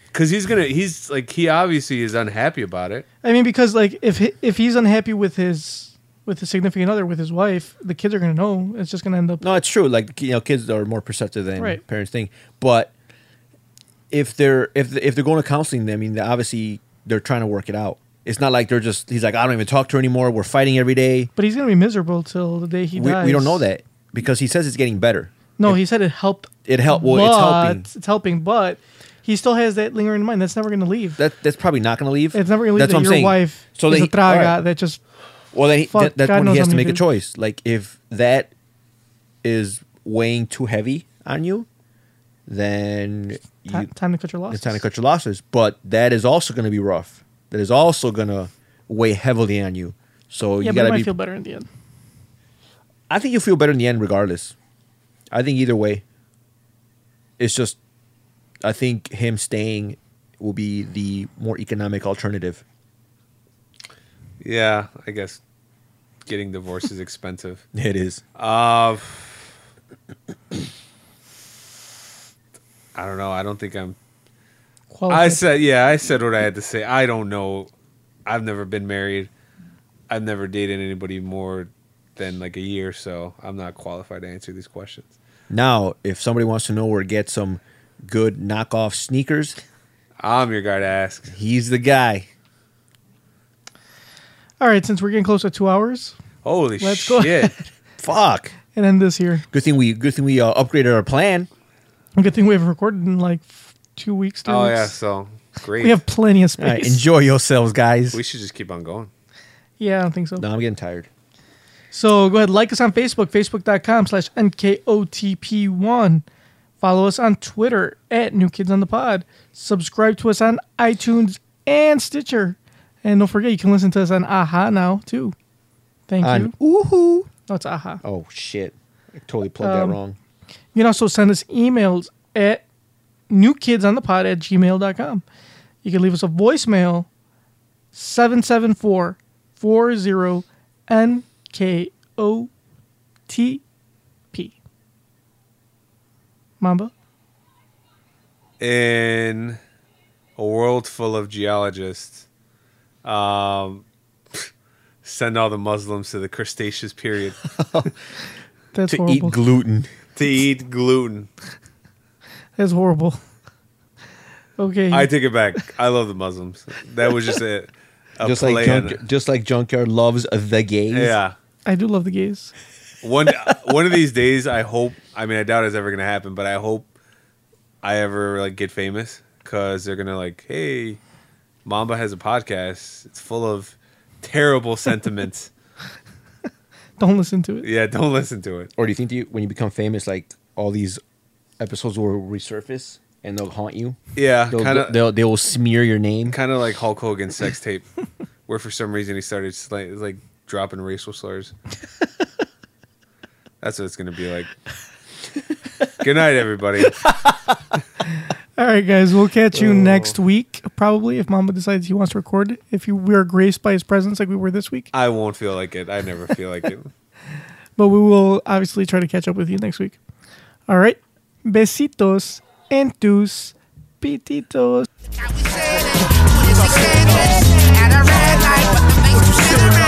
Because he's gonna, he's like, he obviously is unhappy about it. I mean, because like if he, if he's unhappy with his with his significant other, with his wife, the kids are gonna know. It's just gonna end up. No, it's true. Like you know, kids are more perceptive than Right. parents think. But if they're if if they're going to counseling, I mean, they- obviously they're trying to work it out. It's not like they're just. He's like, I don't even talk to her anymore. We're fighting every day. But he's gonna be miserable till the day he We, dies. we don't know that because he says it's getting better. No, he said it helped. It helped- well, it's helping. but- It's helping, but he still has that lingering in mind. That's never gonna leave. That that's probably not going to leave. it's never gonna leave That's that what I'm your saying. wife So is that a he- all traga right. that just Well, then he, Fuck, that, that's God when knows he has how to many make a dudes. choice. Like if that is weighing too heavy on you, then ti- you, time to cut your losses. it's time to cut your losses. But that is also going to be rough. That is also going to weigh heavily on you. So Yeah, but you it got might to be. feel better in the end. I think you feel better in the end, regardless. I think either way. It's just, I think him staying will be the more economic alternative. Yeah, I guess getting divorced is expensive. It is. Uh, I don't know. I don't think I'm. I Qualified. said, yeah, I said what I had to say. I don't know. I've never been married. I've never dated anybody more than like a year, so I'm not qualified to answer these questions. Now, if somebody wants to know where to get some good knockoff sneakers, I'm your guy to ask. he's the guy. All right, since we're getting close to two hours, Holy Let's go. shit! Fuck. and end this here. Good thing we good thing we uh, upgraded our plan. Good thing we haven't recorded in like f- two weeks. Three oh weeks. yeah, so great. We have plenty of All right, space. enjoy yourselves, guys. we should just keep on going. yeah, I don't think so. No, I'm getting tired. So go ahead, like us on Facebook, facebook.com slash NKOTP1. Follow us on Twitter at New Kids on the Pod. Subscribe to us on iTunes and Stitcher. And don't forget, you can listen to us on Aha now, too. Thank On you. woohoo. No, it's Aha. Oh shit! I totally plugged Um, that wrong. You can also send us emails at newkidsonthepod at gmail.com. You can leave us a voicemail 774 40 NKOTP. Mamba? in a world full of geologists, um, send all the Muslims to the Cretaceous period That's horrible. gluten. to eat gluten. That's horrible. okay. I take it back. I love the Muslims. That was just a, a Just play like on- junk, just like junkyard loves the gays. yeah. I do love the gays. One one of these days, I hope. I mean, I doubt it's ever gonna happen, but I hope I ever like get famous because they're gonna like, hey, Mamba has a podcast. It's full of terrible sentiments. Don't listen to it. yeah, don't listen to it. Or do you think that you, when you become famous, like all these episodes will resurface and they'll haunt you? Yeah, They'll, kind of. they'll they will smear your name. kind of like Hulk Hogan's sex tape, where for some reason he started sli- like dropping racial slurs. That's what it's gonna be like. Good night, everybody. All right, guys. We'll catch you next week, probably, if Mamba decides he wants to record. it. If you, we are graced by his presence like we were this week. I won't feel like it. I never feel like it. But we will obviously try to catch up with you next week. All right. Besitos en tus pititos. At a red light, but the face you should have read.